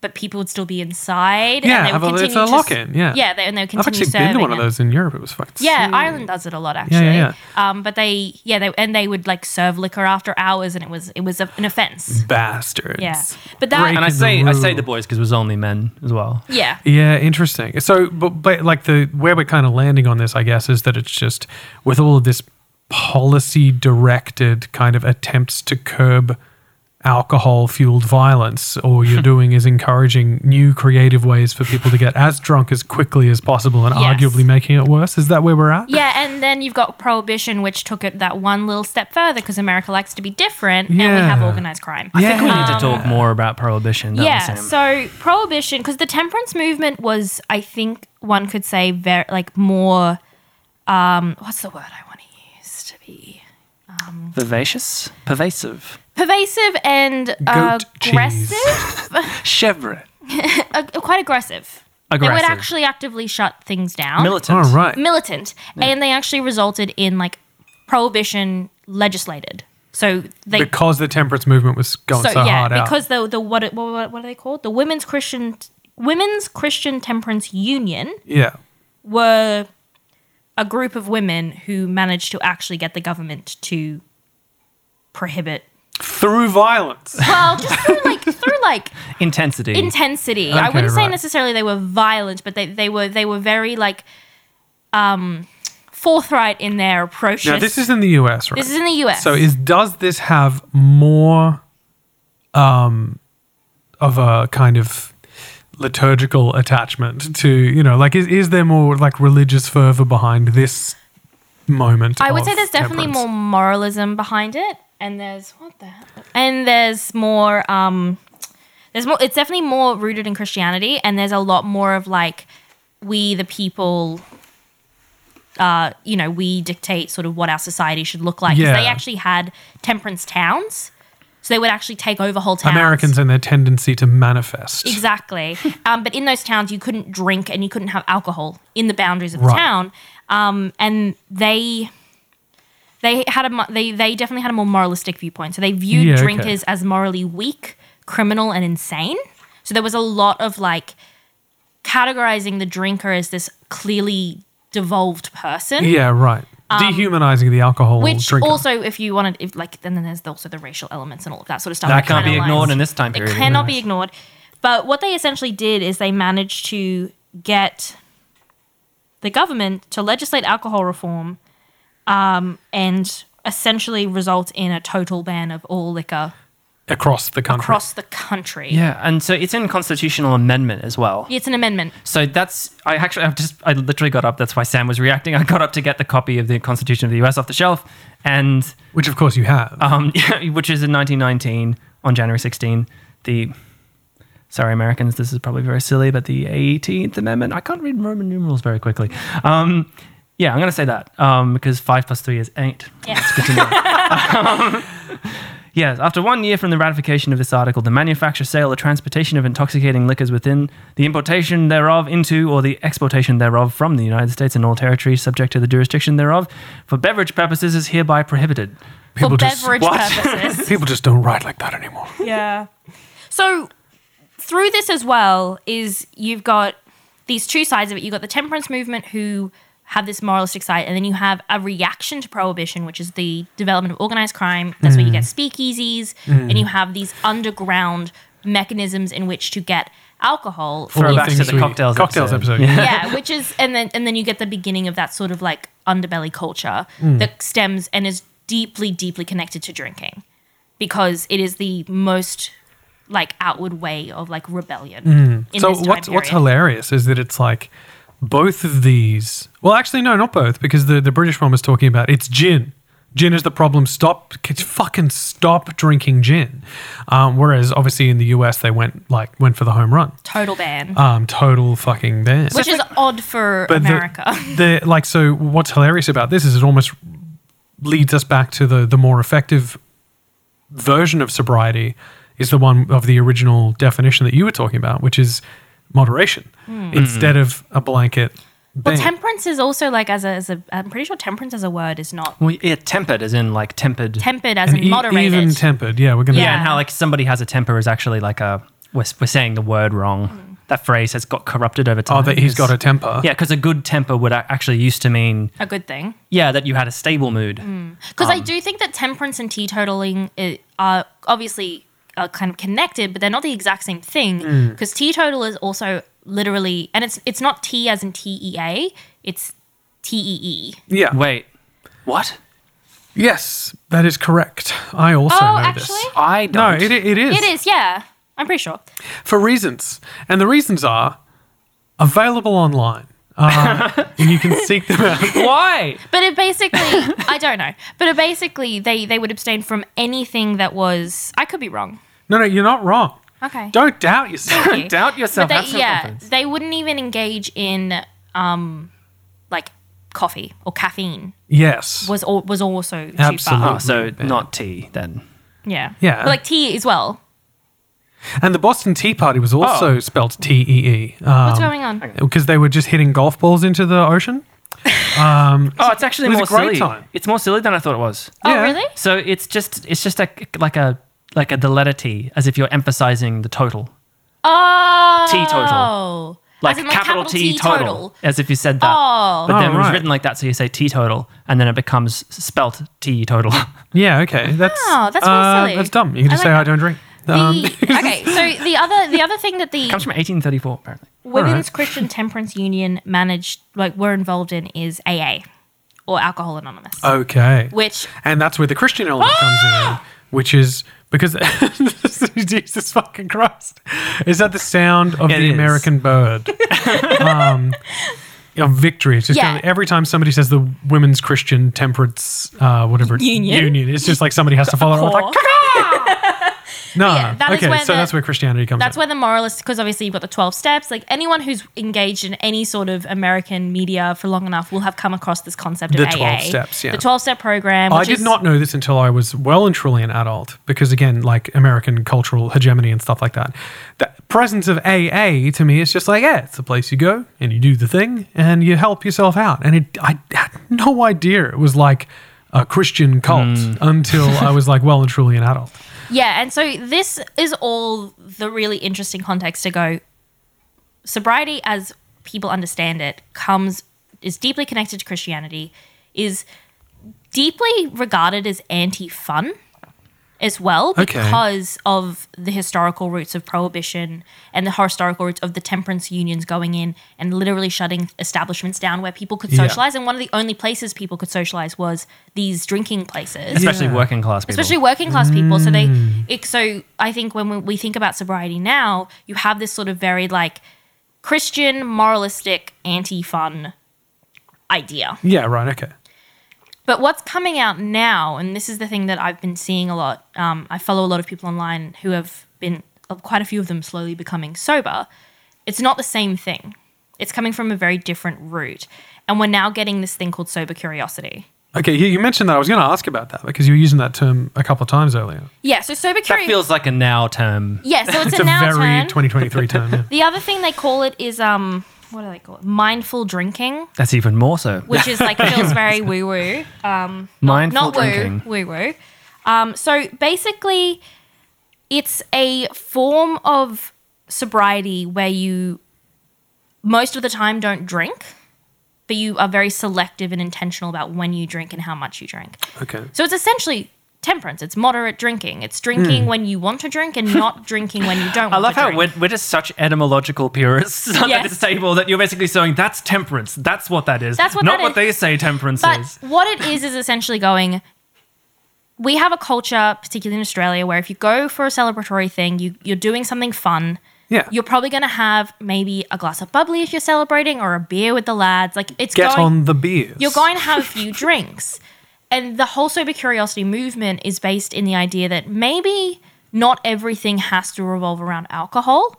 Speaker 2: but people would still be inside.
Speaker 1: Yeah,
Speaker 2: and they would
Speaker 1: have a- it's
Speaker 2: continue
Speaker 1: a
Speaker 2: to-
Speaker 1: lock-in, yeah.
Speaker 2: yeah, they, and they would
Speaker 1: I've
Speaker 2: continue
Speaker 1: actually
Speaker 2: serving.
Speaker 1: been to one of
Speaker 2: it.
Speaker 1: those in Europe. It was fucking
Speaker 2: Yeah,
Speaker 1: sick.
Speaker 2: Ireland does it a lot actually.
Speaker 1: yeah.
Speaker 2: Um, but they, yeah, they and they would like serve liquor after hours, and it was it was a, an offense.
Speaker 1: bastards.
Speaker 2: Yeah, but that
Speaker 1: Break
Speaker 3: and I
Speaker 1: is the
Speaker 3: say I say
Speaker 1: rule.
Speaker 3: the boys because it was only men as well.
Speaker 2: yeah.
Speaker 1: Yeah, interesting. So, but, but like the where we're kind of landing on this, I guess, is that it's just with all of this policy directed kind of attempts to curb alcohol fueled violence, all you're doing is encouraging new creative ways for people to get as drunk as quickly as possible and
Speaker 2: Yes.
Speaker 1: arguably making it worse. Is that where we're at?
Speaker 2: Yeah, and then you've got prohibition, which took it that one little step further because America likes to be different, and we have
Speaker 1: Yeah.
Speaker 2: organized crime.
Speaker 3: I think we need to
Speaker 1: Um,
Speaker 3: talk more about prohibition. don't we,
Speaker 2: yeah
Speaker 3: Sam?
Speaker 2: so prohibition because the temperance movement was i think one could say very like more um what's the word i want to use to be
Speaker 3: vivacious, pervasive,
Speaker 2: pervasive and
Speaker 1: Goat cheese.
Speaker 2: aggressive
Speaker 3: chevre,
Speaker 2: Ag- quite aggressive they would
Speaker 3: Aggressive.
Speaker 2: actually actively shut things down
Speaker 3: militant.
Speaker 1: All right.
Speaker 2: militant and they actually resulted in like prohibition legislated so they
Speaker 1: Because the temperance movement was going so,
Speaker 2: so yeah
Speaker 1: hard out.
Speaker 2: because the the what, it- what what- what are they called the women's christian women's christian temperance union
Speaker 1: yeah.
Speaker 2: were a group of women who managed to actually get the government to prohibit
Speaker 1: Through violence.
Speaker 2: well just through like through like
Speaker 3: Intensity.
Speaker 2: intensity i
Speaker 1: Okay,
Speaker 2: wouldn't say
Speaker 1: right.
Speaker 2: necessarily they were violent but they, they were they were very like um forthright in their approach
Speaker 1: now, this is in the US, right?
Speaker 2: this is in the us
Speaker 1: So is does this have more um of a kind of liturgical attachment to you know like is, is there more like religious fervor behind this moment
Speaker 2: I would
Speaker 1: of
Speaker 2: say there's definitely
Speaker 1: temperance?
Speaker 2: more moralism behind it, and there's what the heck? and there's more um, there's more. It's definitely more rooted in Christianity, and there's a lot more of like we the people. Uh, you know, we dictate sort of what our society should look like. 'Cause
Speaker 1: Yeah.
Speaker 2: They actually had temperance towns, so they would actually take over whole towns.
Speaker 1: Americans and their tendency to manifest
Speaker 2: Exactly. um, but in those towns, you couldn't drink and you couldn't have alcohol in the boundaries of the
Speaker 1: Right.
Speaker 2: town. Um, and they they had a mo- they they definitely had a more moralistic viewpoint. So they viewed
Speaker 1: Yeah, okay.
Speaker 2: drinkers as morally weak, criminal, and insane. So there was a lot of like categorizing the drinker as this clearly devolved person.
Speaker 1: yeah right dehumanizing the alcohol
Speaker 2: Um, Which
Speaker 1: drinker.
Speaker 2: also, if you wanted, if like, then there's also the racial elements and all of that sort of stuff.
Speaker 3: That can't
Speaker 2: kinda
Speaker 3: be
Speaker 2: lines-
Speaker 3: ignored in this time period.
Speaker 2: It cannot be ignored. But what they essentially did is they managed to get the government to legislate alcohol reform, um, and essentially result in a total ban of all liquor
Speaker 1: across the country
Speaker 2: across the country.
Speaker 3: Yeah, and so it's in constitutional amendment as well.
Speaker 2: It's an amendment.
Speaker 3: So that's I actually I've just I literally got up. That's why Sam was reacting. I got up to get the copy of the Constitution of the U.S. off the shelf, and
Speaker 1: which of course you have
Speaker 3: um, which is in 1919 on January 16. The sorry Americans, this is probably very silly, but the 18th Amendment. I can't read Roman numerals very quickly. Um, yeah, I'm gonna say that um, because five plus three is eight.
Speaker 2: Yeah.
Speaker 3: It's good to know. Um, Yes, after one year from the ratification of this article, the manufacture, sale, or transportation of intoxicating liquors within, the importation thereof into, or the exportation thereof from the United States and all territories subject to the jurisdiction thereof, for beverage purposes is hereby prohibited.
Speaker 2: For
Speaker 1: people just
Speaker 2: beverage
Speaker 3: what?
Speaker 2: purposes.
Speaker 1: people just don't write like that anymore
Speaker 2: Yeah. So through this as well is you've got these two sides of it. You've got the temperance movement who have this moralistic side, and then you have a reaction to prohibition, which is the development of organized crime. That's where you get speakeasies, and you have these underground mechanisms in which to get alcohol.
Speaker 1: All
Speaker 3: Throwback to
Speaker 1: things
Speaker 3: the
Speaker 1: we-
Speaker 3: cocktails,
Speaker 1: cocktails episode,
Speaker 3: Yeah.
Speaker 2: yeah, which is and then and then you get the beginning of that sort of like underbelly culture
Speaker 1: Hmm.
Speaker 2: that stems and is deeply deeply connected to drinking because it is the most like outward way of like rebellion. In
Speaker 1: Hmm. so
Speaker 2: this time
Speaker 1: what's what's
Speaker 2: period.
Speaker 1: hilarious is that it's like both of these. Well, actually, no, not both, because the the British one was talking about it's gin. Gin is the problem. Stop, c- fucking stop drinking gin. Um, whereas, obviously, in the US, they went like went for the home run.
Speaker 2: total ban,
Speaker 1: Um, total fucking ban.
Speaker 2: which is odd for
Speaker 1: But the-
Speaker 2: America.
Speaker 1: The, like, so what's hilarious about this is it almost leads us back to the the more effective version of sobriety is the one of the original definition that you were talking about, which is moderation instead of a blanket.
Speaker 2: Hmm. well,
Speaker 1: ban.
Speaker 2: temperance is also like as a as a I'm pretty sure temperance as a word is not
Speaker 3: Well, yeah, tempered as in like tempered.
Speaker 2: tempered as
Speaker 1: and
Speaker 2: in
Speaker 1: e-
Speaker 2: moderated.
Speaker 1: even tempered. Yeah, we're gonna.
Speaker 3: yeah, and
Speaker 2: Yeah.
Speaker 3: how like somebody has a temper is actually like a we're, we're saying the word wrong. That phrase has got corrupted over time.
Speaker 1: Oh, that he's got a
Speaker 3: 'Cause-
Speaker 1: temper.
Speaker 3: Yeah, because a good temper would a- actually used to mean
Speaker 2: a good thing.
Speaker 3: yeah that you had a stable mood.
Speaker 2: Because I do think that temperance and teetotaling i- are obviously are kind of connected, but they're not the exact same thing. Because teetotal is also literally, and it's it's not T as in T E A, it's T E E.
Speaker 1: Yeah.
Speaker 3: Wait, what?
Speaker 1: Yes, that is correct. I also
Speaker 2: Oh,
Speaker 1: know this.
Speaker 2: actually?
Speaker 3: I
Speaker 1: No,
Speaker 3: don't.
Speaker 1: it, it is.
Speaker 2: It is, yeah. I'm pretty sure.
Speaker 1: for reasons, and the reasons are available online. Uh, and you can seek them out.
Speaker 3: Why?
Speaker 2: But it basically, I don't know. But it basically, they they would abstain from anything that was. I could be wrong.
Speaker 1: No, no, you're not wrong.
Speaker 2: Okay.
Speaker 1: Don't doubt yourself.
Speaker 2: Thank you.
Speaker 3: Doubt yourself.
Speaker 2: But
Speaker 3: Have
Speaker 2: they,
Speaker 3: some
Speaker 2: yeah,
Speaker 3: confidence.
Speaker 2: they wouldn't even engage in um, like coffee or caffeine
Speaker 1: yes.
Speaker 2: was al- was also too
Speaker 1: Absolutely.
Speaker 2: far.
Speaker 3: Oh, so not tea then.
Speaker 2: Yeah.
Speaker 1: Yeah.
Speaker 2: But like tea as well.
Speaker 1: And the Boston Tea Party was also
Speaker 3: Oh.
Speaker 1: spelled T E E
Speaker 2: What's going on?
Speaker 1: because they were just hitting golf balls into the ocean.
Speaker 3: Oh, it's actually
Speaker 1: It was a
Speaker 3: more
Speaker 1: great
Speaker 3: silly.
Speaker 1: time.
Speaker 3: It's more silly than I thought it was.
Speaker 2: Oh,
Speaker 1: Yeah.
Speaker 2: really?
Speaker 3: So it's just it's just a, like a like a the letter T, as if you're emphasizing the total.
Speaker 2: Oh.
Speaker 3: Teetotal.
Speaker 2: Like,
Speaker 3: like,
Speaker 2: in,
Speaker 3: capital, T total, as if you said that.
Speaker 2: Oh.
Speaker 3: But then
Speaker 1: Oh,
Speaker 3: it was
Speaker 1: right.
Speaker 3: written like that, so you say teetotal, and then it becomes spelt T total.
Speaker 1: Yeah, okay. That's
Speaker 2: Wow, Ah, that's really
Speaker 1: uh,
Speaker 2: silly.
Speaker 1: That's dumb. You can
Speaker 2: I
Speaker 1: just say
Speaker 2: like
Speaker 1: I don't drink.
Speaker 2: The,
Speaker 1: Um,
Speaker 2: okay, so the other the other thing that the
Speaker 3: comes from 1834, apparently.
Speaker 2: Women's Christian Temperance Union managed like were involved in is AA or Alcohol Anonymous,
Speaker 1: okay.
Speaker 2: which Ah!
Speaker 1: And that's where the Christian element comes in, which is because Jesus fucking Christ, is that the sound of
Speaker 3: It
Speaker 1: the
Speaker 3: is.
Speaker 1: American bird? um, of victory. It's just
Speaker 2: Yeah.
Speaker 1: kind of- every time somebody says the Women's Christian Temperance uh, whatever
Speaker 2: Union.
Speaker 1: union, it's just like somebody has to follow it. up with,
Speaker 2: Or-
Speaker 1: Like, no,
Speaker 2: yeah, that is
Speaker 1: okay,
Speaker 2: where
Speaker 1: so
Speaker 2: the-
Speaker 1: that's where Christianity comes.
Speaker 2: That's
Speaker 1: in.
Speaker 2: where the moralist, because obviously you've got the 12 steps, like anyone who's engaged in any sort of American media for long enough will have come across this concept of
Speaker 1: The
Speaker 2: AA.
Speaker 1: 12 steps, yeah.
Speaker 2: The 12 step program.
Speaker 1: I
Speaker 2: which
Speaker 1: did
Speaker 2: is-
Speaker 1: not know this until I was well and truly an adult, because again, like American cultural hegemony and stuff like that. The presence of AA to me is just like, yeah, it's a place you go and you do the thing and you help yourself out. And it, I had no idea it was like a Christian cult until I was like well and truly an adult.
Speaker 2: Yeah, and so this is all the really interesting context to go. Sobriety, as people understand it, comes is deeply connected to Christianity, is deeply regarded as anti-fun as well
Speaker 1: Okay.
Speaker 2: because of the historical roots of prohibition and the historical roots of the temperance unions going in and literally shutting establishments down where people could
Speaker 1: Yeah.
Speaker 2: socialize and one of the only places people could socialize was these drinking places
Speaker 3: especially
Speaker 1: Yeah.
Speaker 3: working class people.
Speaker 2: especially working class people. So they, it, so I think when we, we think about sobriety now, you have this sort of very like Christian, moralistic, anti-fun idea.
Speaker 1: Yeah, right, okay.
Speaker 2: But what's coming out now, and this is the thing that I've been seeing a lot. Um, I follow a lot of people online who have been uh, quite a few of them slowly becoming sober. It's not the same thing. It's coming from a very different route, and we're now getting this thing called sober curiosity.
Speaker 1: Okay, you you mentioned that. I was going to ask about that because you were using that term a couple of times earlier.
Speaker 2: Yeah, so sober
Speaker 3: that
Speaker 2: curiosity.
Speaker 3: feels like a now term.
Speaker 2: Yeah, so it's,
Speaker 1: It's
Speaker 2: a,
Speaker 1: a
Speaker 2: now
Speaker 1: very
Speaker 2: turn.
Speaker 1: 2023 term. yeah.
Speaker 2: The other thing they call it is um, what do they call it? Mindful drinking,
Speaker 3: That's even more so.
Speaker 2: which is like feels very woo woo.
Speaker 3: Mindful
Speaker 2: Not
Speaker 3: drinking.
Speaker 2: woo, woo woo. Um, so basically, it's a form of sobriety where you most of the time don't drink, but you are very selective and intentional about when you drink and how much you drink.
Speaker 1: Okay.
Speaker 2: So it's essentially temperance. It's moderate drinking. It's drinking when you want to drink and not drinking when you don't.
Speaker 3: Hmm. I
Speaker 2: want
Speaker 3: love
Speaker 2: to
Speaker 3: how
Speaker 2: drink.
Speaker 3: we're, we're just such etymological purists
Speaker 2: Yes.
Speaker 3: at this table that you're basically saying that's temperance. That's what that is.
Speaker 2: That's what
Speaker 3: Not
Speaker 2: that
Speaker 3: what
Speaker 2: is.
Speaker 3: they say temperance is.
Speaker 2: But what it is is essentially going. We have a culture, particularly in Australia, where if you go for a celebratory thing, you, you're doing something fun.
Speaker 1: Yeah.
Speaker 2: You're probably going to have maybe a glass of bubbly if you're celebrating, or a beer with the lads. Like it's
Speaker 1: Get
Speaker 2: going,
Speaker 1: on the beers.
Speaker 2: You're going to have a few drinks, and the whole sober curiosity movement is based in the idea that maybe not everything has to revolve around alcohol,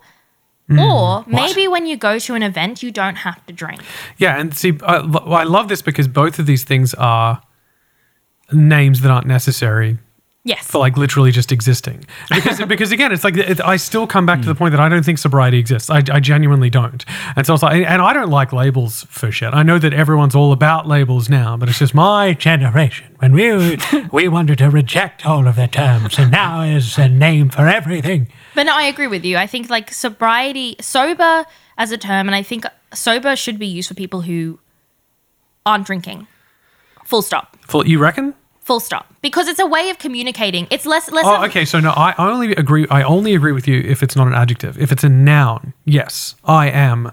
Speaker 1: Hmm.
Speaker 2: or maybe when you go to an event, you don't have to drink.
Speaker 1: Yeah, and see, I, lo- I love this because both of these things are names that aren't necessary
Speaker 2: Yes.
Speaker 1: for like literally just existing. Because, because again, it's like it, I still come back to the point that I don't think sobriety exists. I, I genuinely don't. And so it's like, and I don't like labels for shit. I know that everyone's all about labels now, but it's just my generation when we we wanted to reject all of the terms, and now is a name for everything.
Speaker 2: But no, I agree with you. I think like sobriety, sober as a term, and I think sober should be used for people who aren't drinking. Full stop.
Speaker 1: Full, you reckon?
Speaker 2: Full stop. Because it's a way of communicating. It's less less.
Speaker 1: Oh,
Speaker 2: of-
Speaker 1: okay. So no, I I only agree. I only agree with you if it's not an adjective. If it's a noun, yes, I am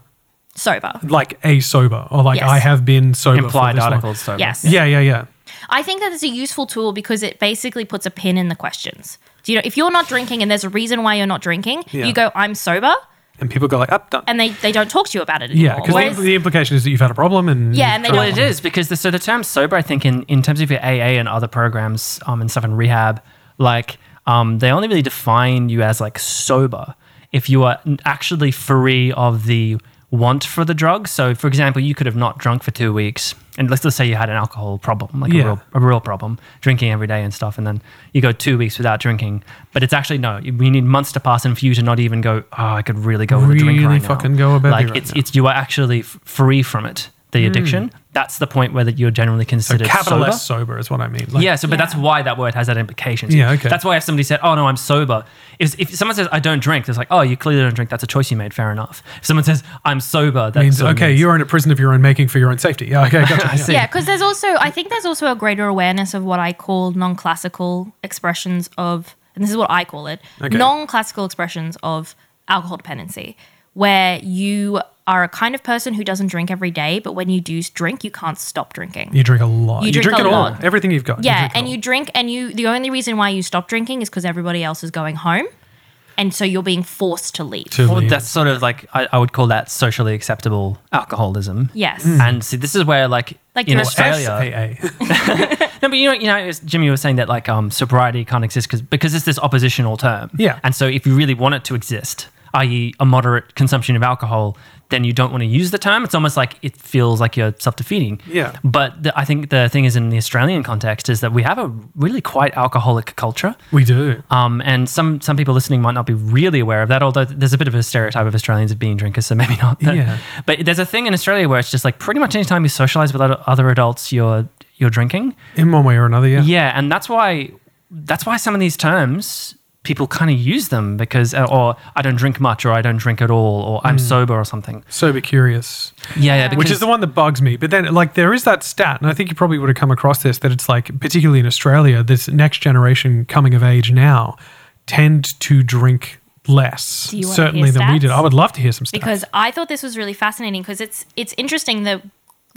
Speaker 2: Sober.
Speaker 1: like a sober, or like
Speaker 2: Yes.
Speaker 1: I have been sober. for
Speaker 3: Implied
Speaker 1: this long.
Speaker 3: articles. So
Speaker 2: Yes.
Speaker 1: Yeah, yeah, yeah.
Speaker 2: I think that it's a useful tool because it basically puts a pin in the questions. Do you know if you're not drinking and there's a reason why you're not drinking,
Speaker 1: Yeah.
Speaker 2: you go, I'm sober,
Speaker 1: And people go like, up, done.
Speaker 2: and they, they don't talk to you about it
Speaker 1: yeah,
Speaker 2: anymore.
Speaker 1: because
Speaker 2: Whereas-
Speaker 1: the, the implication is that you've had a problem, and
Speaker 2: Yeah, and they
Speaker 3: Well,
Speaker 2: don't-
Speaker 3: it is because the, so the term sober, I think, in, in terms of your AA and other programs um, and stuff in rehab, like um, they only really define you as like sober if you are n- actually free of the want for the drug. So, for example, you could have not drunk for two weeks, and let's just say you had an alcohol problem, like
Speaker 1: Yeah.
Speaker 3: a, real, a real problem, drinking every day and stuff, and then you go two weeks without drinking. But it's actually no, you we need months to pass and for you to not even go. Oh, I could really go with a drink
Speaker 1: Really
Speaker 3: right now."
Speaker 1: fucking go a bevy
Speaker 3: Like
Speaker 1: right
Speaker 3: it's
Speaker 1: now.
Speaker 3: it's you are actually f- free from it, the
Speaker 1: Hmm.
Speaker 3: addiction. That's the point where that you're generally considered
Speaker 1: capital
Speaker 3: sober.
Speaker 1: S sober is what I mean. Like,
Speaker 3: yeah, so but that's why that word has that implication.
Speaker 1: Yeah, okay.
Speaker 3: That's why if somebody said, "Oh no, I'm sober," if, if someone says, "I don't drink," it's like, "Oh, you clearly don't drink. That's a choice you made. Fair enough." If someone says, "I'm sober," that
Speaker 1: means
Speaker 3: sort of
Speaker 1: okay,
Speaker 3: means-
Speaker 1: you're in a prison of your own making for your own safety. Yeah, okay, gotcha. yeah.
Speaker 3: see.
Speaker 2: Yeah, because there's also I think there's also a greater awareness of what I call non-classical expressions of, and this is what I call it,
Speaker 1: Okay.
Speaker 2: non-classical expressions of alcohol dependency, where you are a kind of person who doesn't drink every day, but when you do drink, you can't stop drinking.
Speaker 1: You drink a lot.
Speaker 2: You
Speaker 1: You,
Speaker 2: drink
Speaker 1: drink,
Speaker 2: a
Speaker 1: it all.
Speaker 2: lot.
Speaker 1: Everything you've got.
Speaker 2: Yeah,
Speaker 1: drink it
Speaker 2: and
Speaker 1: all.
Speaker 2: you drink and you the only reason why you stop drinking is because everybody else is going home. And so you're being forced to leave.
Speaker 1: To
Speaker 3: Well,
Speaker 1: leave.
Speaker 3: that's sort of like I, I would call that socially acceptable alcoholism.
Speaker 2: Yes.
Speaker 1: Hmm.
Speaker 3: And see, this is where like,
Speaker 2: Like
Speaker 3: in
Speaker 2: you're-
Speaker 3: Australia,
Speaker 1: AA.
Speaker 3: No, but you know, you know, it's- Jimmy you was saying that like um, sobriety can't exist cause, because it's this oppositional term.
Speaker 1: Yeah.
Speaker 3: And so if you really want it to exist, i.e., a moderate consumption of alcohol, then you don't want to use the term. It's almost like it feels like you're self-defeating.
Speaker 1: Yeah.
Speaker 3: But the, I think the thing is in the Australian context is that we have a really quite alcoholic culture.
Speaker 1: we do.
Speaker 3: Um, and some some people listening might not be really aware of that, although there's a bit of a stereotype of Australians of being drinkers, so maybe not. But,
Speaker 1: Yeah.
Speaker 3: but there's a thing in Australia where it's just like pretty much any time you socialize with other- other adults, you're you're drinking.
Speaker 1: In one way or another, yeah.
Speaker 3: Yeah, and that's why that's why some of these terms people kind of use them because uh, or I don't drink much or I don't drink at all or
Speaker 1: Hmm.
Speaker 3: I'm sober or something.
Speaker 1: Sober curious.
Speaker 3: Yeah, yeah. Because,
Speaker 1: Which is the one that bugs me. But then, like, there is that stat, and I think you probably would have come across this that it's like, particularly in Australia, this next generation coming of age now tend to drink less,
Speaker 2: Do you wanna
Speaker 1: certainly
Speaker 2: hear
Speaker 1: than we did.
Speaker 2: stats?
Speaker 1: I would love to hear some stats.
Speaker 2: because I thought this was really fascinating because it's it's interesting that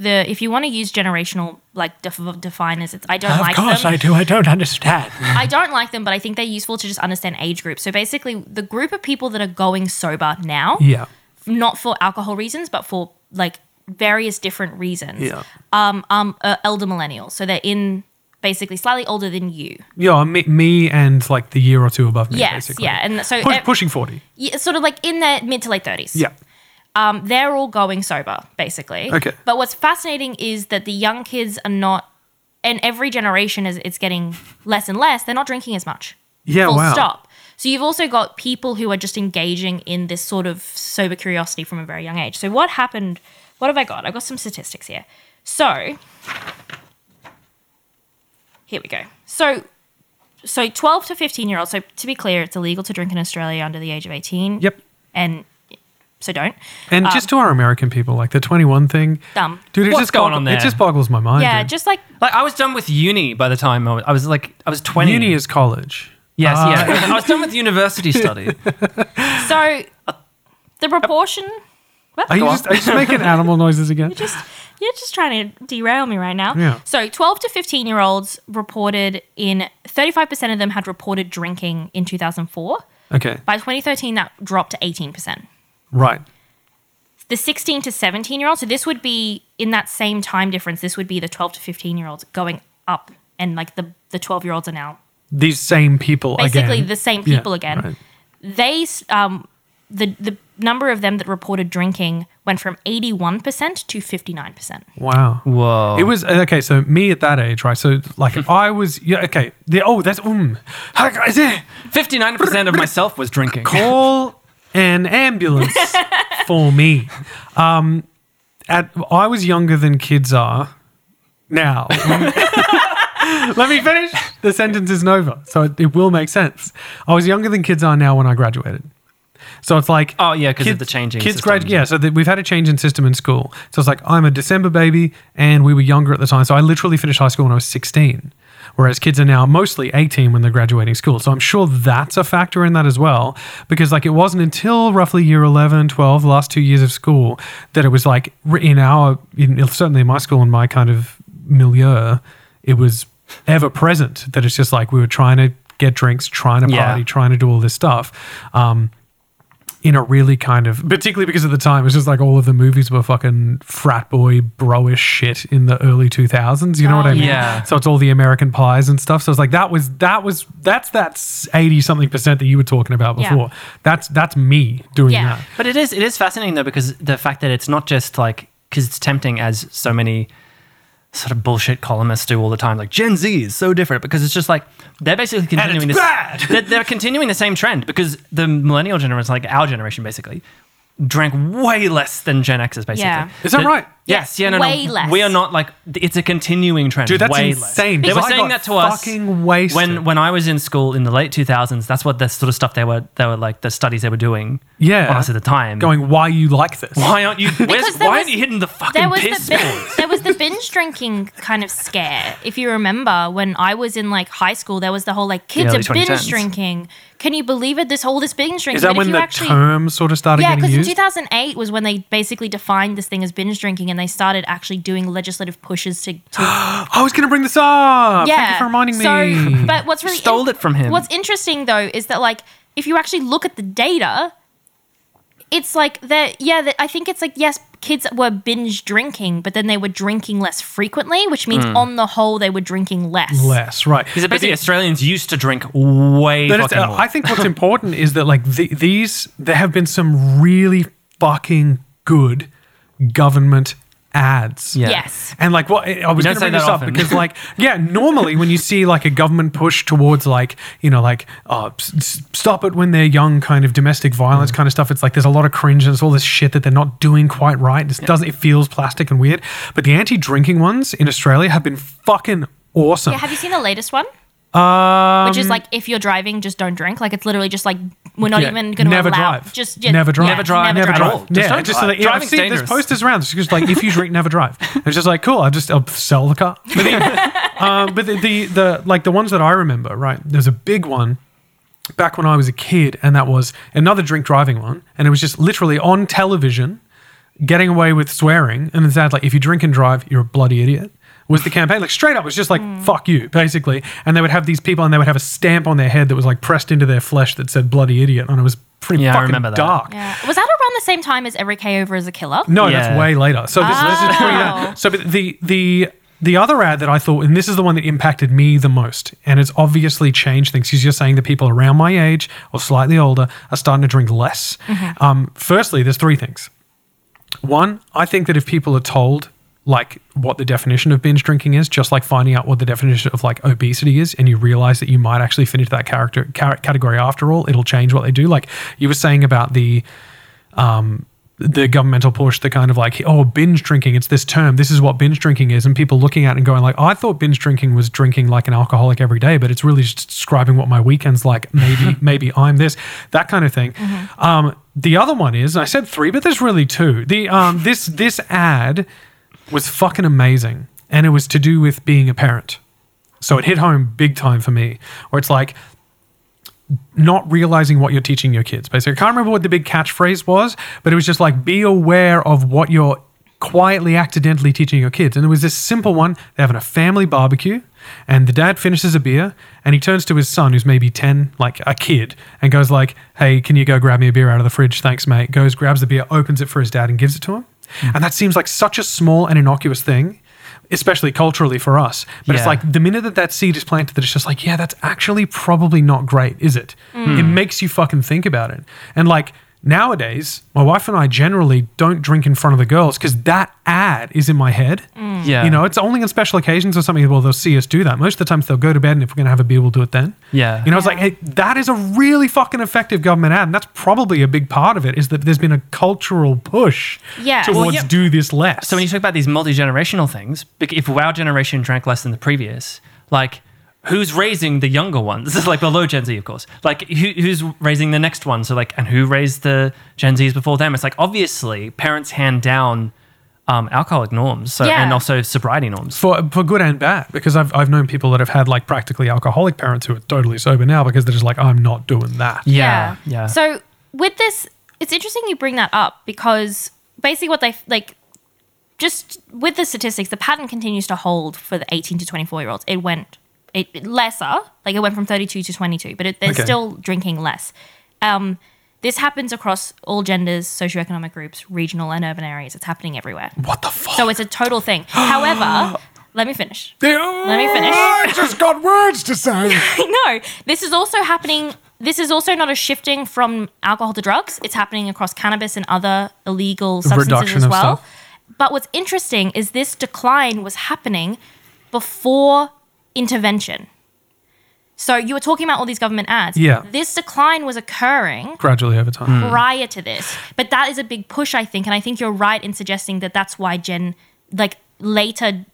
Speaker 2: the if you want to use generational like def- definers, it's I don't like them.
Speaker 1: do. I don't understand.
Speaker 2: I don't like them, but I think they're useful to just understand age groups. So basically, the group of people that are going sober now,
Speaker 1: yeah.
Speaker 2: not for alcohol reasons, but for like various different reasons.
Speaker 1: Yeah.
Speaker 2: Um, um, uh, elder millennials, so they're in basically slightly older than you.
Speaker 1: Yeah. Me, me and like the year or two above me.
Speaker 2: yes,
Speaker 1: basically.
Speaker 2: yeah, and so
Speaker 1: Pu-
Speaker 2: eh,
Speaker 1: pushing 40.
Speaker 2: yeah, sort of like in their mid to late thirties.
Speaker 1: Yeah.
Speaker 2: um, they're all going sober, basically.
Speaker 1: Okay.
Speaker 2: But what's fascinating is that the young kids are not, and every generation is it's getting less and less. They're not drinking as much.
Speaker 1: Yeah,
Speaker 2: Full
Speaker 1: wow.
Speaker 2: stop. So you've also got people who are just engaging in this sort of sober curiosity from a very young age. So what happened? What have I got? I've got some statistics here. So here we go. So so 12 to 15 year olds. So to be clear, it's illegal to drink in Australia under the age of 18.
Speaker 1: Yep.
Speaker 2: And so don't.
Speaker 1: And
Speaker 2: Um,
Speaker 1: just to our American people, like the 21 thing.
Speaker 2: Dumb.
Speaker 1: Dude, it
Speaker 3: What's
Speaker 1: just
Speaker 3: going
Speaker 1: bogg-
Speaker 3: on
Speaker 1: It
Speaker 3: there?
Speaker 1: just boggles my mind.
Speaker 2: Yeah,
Speaker 1: dude.
Speaker 2: just like
Speaker 3: like I was done with uni by the time I was, I was like I was twenty.
Speaker 1: Uni is college.
Speaker 3: yes,
Speaker 1: Uh,
Speaker 3: yeah. I was done with university study.
Speaker 2: so the proportion
Speaker 1: Are you,
Speaker 3: Go
Speaker 1: just, are you just making animal noises again?
Speaker 2: just you're just trying to derail me right now.
Speaker 1: Yeah.
Speaker 2: So 12 to 15 year olds reported in 35% of them had reported drinking in 2004.
Speaker 1: Okay.
Speaker 2: By 2013 that dropped to 18%.
Speaker 1: Right.
Speaker 2: The 16 to 17 year olds, so this would be in that same time difference, this would be the 12 to 15 year olds going up and like the the 12 year olds are now
Speaker 1: These same people
Speaker 2: basically
Speaker 1: again.
Speaker 2: the same
Speaker 1: Yeah,
Speaker 2: people again.
Speaker 1: right.
Speaker 2: They s- um, the the number of them that reported drinking went from eighty one percent to fifty nine percent.
Speaker 1: Wow.
Speaker 3: Whoa.
Speaker 1: It was okay. So me at that age, right? So like I was, yeah. Okay. The oh, that's um.
Speaker 3: fifty nine percent of myself was drinking.
Speaker 1: Call an ambulance for me. Um, at I was younger than kids are now. Let me finish. The sentence isn't over, so it, it will make sense. I was younger than kids are now when I graduated. So it's like
Speaker 3: Oh yeah, because of
Speaker 1: Kids-
Speaker 3: the changing.
Speaker 1: kids
Speaker 3: system.
Speaker 1: grad yeah so that we've had a change in system in school so it's like i'm a december baby and we were younger at the time so i literally finished high school when i was 16 whereas kids are now mostly 18 when they're graduating school so i'm sure that's a factor in that as well because like it wasn't until roughly year 11 12 the last two years of school that it was like re- in our in, certainly in my school and my kind of milieu it was ever present that it's just like we were trying to get drinks trying to
Speaker 3: Yeah.
Speaker 1: party trying to do all this stuff um, in a really kind of particularly because at the time it was just like all of the movies were fucking frat boy broish shit in the early 2000s you know what
Speaker 2: Oh,
Speaker 1: i mean
Speaker 3: yeah.
Speaker 1: so it's all the american pies and stuff so it's like that was that was that's that 80 something percent that you were talking about
Speaker 2: Yeah.
Speaker 1: before that's that's me doing
Speaker 2: Yeah.
Speaker 1: that
Speaker 3: But it is it is fascinating though because the fact that it's not just like because it's tempting as so many sort of bullshit columnists do all the time like Gen Z is so different because it's just like they're basically continuing
Speaker 1: it's
Speaker 3: this
Speaker 1: bad!
Speaker 3: They're, they're continuing the same trend because the millennial generation like our generation basically drank way less than Gen X's basically
Speaker 2: Yeah.
Speaker 1: Is that
Speaker 3: The-
Speaker 1: right?
Speaker 3: Yes, yeah, no,
Speaker 2: way
Speaker 3: no.
Speaker 2: less.
Speaker 3: We are not like it's a continuing trend.
Speaker 1: Dude, that's
Speaker 3: way
Speaker 1: insane,
Speaker 3: Less. They
Speaker 1: because
Speaker 3: were
Speaker 1: I
Speaker 3: saying
Speaker 1: got
Speaker 3: that to us
Speaker 1: fucking wasted.
Speaker 3: when when I was in school in the late 2000s. That's what the sort of stuff they were they were like the studies they were doing.
Speaker 1: Yeah.
Speaker 3: on us at the time.
Speaker 1: Going, why you like this?
Speaker 3: why aren't you? Where's,
Speaker 2: there was-
Speaker 3: why aren't you hitting the fucking
Speaker 2: There was
Speaker 3: piss
Speaker 2: the
Speaker 3: board?
Speaker 2: bin- there was the binge drinking kind of scare. If you remember, when I was in like high school, there was the whole like kids
Speaker 3: early
Speaker 2: are binge
Speaker 3: 2010s.
Speaker 2: drinking. Can you believe it? This whole this binge drinking.
Speaker 1: Is that
Speaker 2: But if
Speaker 1: when
Speaker 2: you
Speaker 1: the
Speaker 2: actually-
Speaker 1: term sort of started
Speaker 2: Yeah,
Speaker 1: getting
Speaker 2: because
Speaker 1: used?
Speaker 2: in 2008 was when they basically defined this thing as binge drinking, and they started actually doing legislative pushes to. to
Speaker 1: Oh, I was going to bring this up.
Speaker 2: yeah,
Speaker 1: Oh, Thank you for reminding
Speaker 2: so,
Speaker 1: me.
Speaker 2: But what's really
Speaker 3: Stole it from him.
Speaker 2: What's interesting though is that like if you actually look at the data, it's like that. Yeah, that I think it's like yes, kids were binge drinking, but then they were drinking less frequently, which means
Speaker 3: Hmm.
Speaker 2: on the whole they were drinking less.
Speaker 1: Less, right.
Speaker 3: Because basically Australians used to drink way
Speaker 1: But it's- uh,
Speaker 3: fucking more.
Speaker 1: I think what's important is that like the, these, there have been some really fucking good government ads.
Speaker 3: Yeah.
Speaker 2: Yes.
Speaker 1: And like what I was
Speaker 3: don't
Speaker 1: going to
Speaker 3: say
Speaker 1: bring this
Speaker 3: that
Speaker 1: up
Speaker 3: often.
Speaker 1: because like yeah, normally when you see like a government push towards like you know like uh, s- s- stop it when they're young kind of domestic
Speaker 3: Mm.
Speaker 1: violence kind of stuff, it's like there's a lot of cringe and it's all this shit that they're not doing quite right. It doesn't it feels plastic and weird. But the anti-drinking ones in Australia have been fucking awesome.
Speaker 2: Yeah, have you seen the latest one?
Speaker 1: um,
Speaker 2: Which is like if you're driving, just don't drink. Like it's literally just like we're not
Speaker 1: yeah,
Speaker 2: even going to
Speaker 1: never
Speaker 2: allow.
Speaker 1: drive.
Speaker 2: Just
Speaker 1: never drive.
Speaker 2: yeah,
Speaker 1: Never
Speaker 3: Never
Speaker 1: drive.
Speaker 3: drive. Just
Speaker 1: Yeah,
Speaker 3: don't
Speaker 1: just so
Speaker 3: drive.
Speaker 1: that, yeah, I've
Speaker 3: Driving's
Speaker 1: seen there's
Speaker 3: dangerous.
Speaker 1: posters around. It's just like if you drink, never drive. And It's just like cool. I just I'll sell the car. But the, um, but the, the the like the ones that I remember, right? There's a big one back when I was a kid, and that was another drink driving one, and it was just literally on television, getting away with swearing, and it said like if you drink and drive, you're a bloody idiot. Was the campaign like straight up? It was just like fuck you, basically. And they would have these people, and they would have a stamp on their head that was like pressed into their flesh that said bloody idiot, and it was pretty
Speaker 3: Yeah, I
Speaker 1: fucking
Speaker 3: remember that.
Speaker 1: dark.
Speaker 2: Yeah. Was that around the same time as Every K Over is a Killer?
Speaker 1: No,
Speaker 3: Yeah.
Speaker 1: that's way later. So this, this is pretty uh,
Speaker 2: Oh.
Speaker 1: So but the the the other ad that I thought, and this is the one that impacted me the most, and it's obviously changed things. Because you're saying that people around my age or slightly older are starting to drink less. Um, firstly, there's three things. One, I think that if people are told like what the definition of binge drinking is, just like finding out what the definition of like obesity is, and you realize that you might actually fit into that character car- category after all, it'll change what they do. Like you were saying about the the governmental push, the kind of like, oh, binge drinking, it's this term. This is what binge drinking is. And people looking at it and going like, I thought binge drinking was drinking like an alcoholic every day, but it's really just describing what my weekend's like. Maybe, maybe I'm this, that kind of thing. Um, the other one is, and I said three, but there's really two. The um, this this ad was fucking amazing, and it was to do with being a parent. So it hit home big time for me, where it's like not realizing what you're teaching your kids. Basically, I can't remember what the big catchphrase was, but it was just like be aware of what you're quietly accidentally teaching your kids. And it was this simple one. They're having a family barbecue, and the dad finishes a beer, and he turns to his son, who's maybe ten, like a kid, and goes like, "Hey, can you go grab me a beer out of the fridge? Thanks, mate." Goes, grabs the beer, opens it for his dad, and gives it to him. And that seems like such a small and innocuous thing. Especially culturally for us, but it's
Speaker 3: Yeah.
Speaker 1: like the minute that that seed is planted, that it's just like, yeah, that's actually probably not great, is it? It makes you fucking think about it. And like nowadays, my wife and I generally don't drink in front of the girls because that ad is in my head.
Speaker 3: yeah,
Speaker 1: You know, it's only on special occasions or something. Well, they'll see us do that. Most of the times, they'll go to bed, and if we're going to have a beer, we'll do it then.
Speaker 3: Yeah.
Speaker 1: You know, it's like hey, that is a really fucking effective government ad, and that's probably a big part of it. Is that there's been a cultural push
Speaker 2: Yeah.
Speaker 1: towards
Speaker 2: Well,
Speaker 3: yeah.
Speaker 1: do this less.
Speaker 3: So when you talk about these multi-generational things, bec- if our generation drank less than the previous, like who's raising the younger ones? This is like below Gen Z, of course. Like who, who's raising the next one? So like, and who raised the Gen Zs before them? It's like obviously parents hand down um, alcoholic norms, so
Speaker 2: Yeah.
Speaker 3: and also sobriety norms.
Speaker 1: for for good and bad because I've I've known people that have had like practically alcoholic parents who are totally sober now because they're just like I'm not doing that.
Speaker 3: Yeah, yeah.
Speaker 2: So with this, it's interesting you bring that up because basically what they like, just with the statistics, the pattern continues to hold for the 18 to 24 year olds. It went it, it lesser, like it went from 32 to 22, but it, they're
Speaker 1: Okay.
Speaker 2: still drinking less. Um, this happens across all genders, socioeconomic groups, regional and urban areas. It's happening everywhere.
Speaker 1: What the fuck?
Speaker 2: So it's a total thing. However, let me finish.
Speaker 1: Let
Speaker 2: me finish.
Speaker 1: I just got words to say.
Speaker 2: no, this is also happening. This is also not a shifting from alcohol to drugs. It's happening across cannabis and other illegal substances
Speaker 1: Reduction
Speaker 2: as
Speaker 1: of
Speaker 2: well.
Speaker 1: stuff.
Speaker 2: But what's interesting is this decline was happening before intervention. So you were talking about all these government ads.
Speaker 1: Yeah. Mm.
Speaker 2: This decline was occurring
Speaker 1: gradually over
Speaker 3: Hmm.
Speaker 1: time.
Speaker 2: prior to this. But that is a big push, I think. And I think you're right in suggesting that that's why Gen, like later,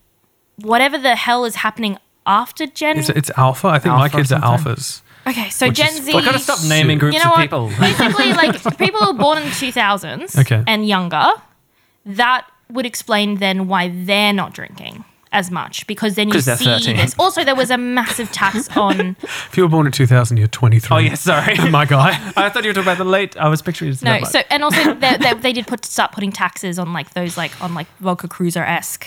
Speaker 2: whatever the hell is happening after Gen.
Speaker 1: It's, it's alpha. I think my
Speaker 3: Alpha or
Speaker 1: kids are
Speaker 3: something.
Speaker 1: alphas.
Speaker 2: okay, so
Speaker 1: which
Speaker 2: Gen
Speaker 1: is-
Speaker 2: Z.
Speaker 1: I
Speaker 3: I gotta stop naming
Speaker 1: Shit.
Speaker 3: groups
Speaker 2: You know
Speaker 3: of
Speaker 2: what?
Speaker 3: people.
Speaker 2: Basically, like people who were born in the 2000s
Speaker 1: Okay.
Speaker 2: and younger, that would explain then why they're not drinking as much because then you
Speaker 3: 'Cause
Speaker 2: see
Speaker 3: they're 13.
Speaker 2: this. Also, there was a massive tax on.
Speaker 1: If you were born in 2000, you're 23.
Speaker 3: Oh yeah, sorry.
Speaker 1: my guy.
Speaker 3: I thought you were talking about the late. I was picturing it's
Speaker 2: No,
Speaker 3: not like-
Speaker 2: so and also they, they, they did put start putting taxes on like those like on like vodka cruiser esque.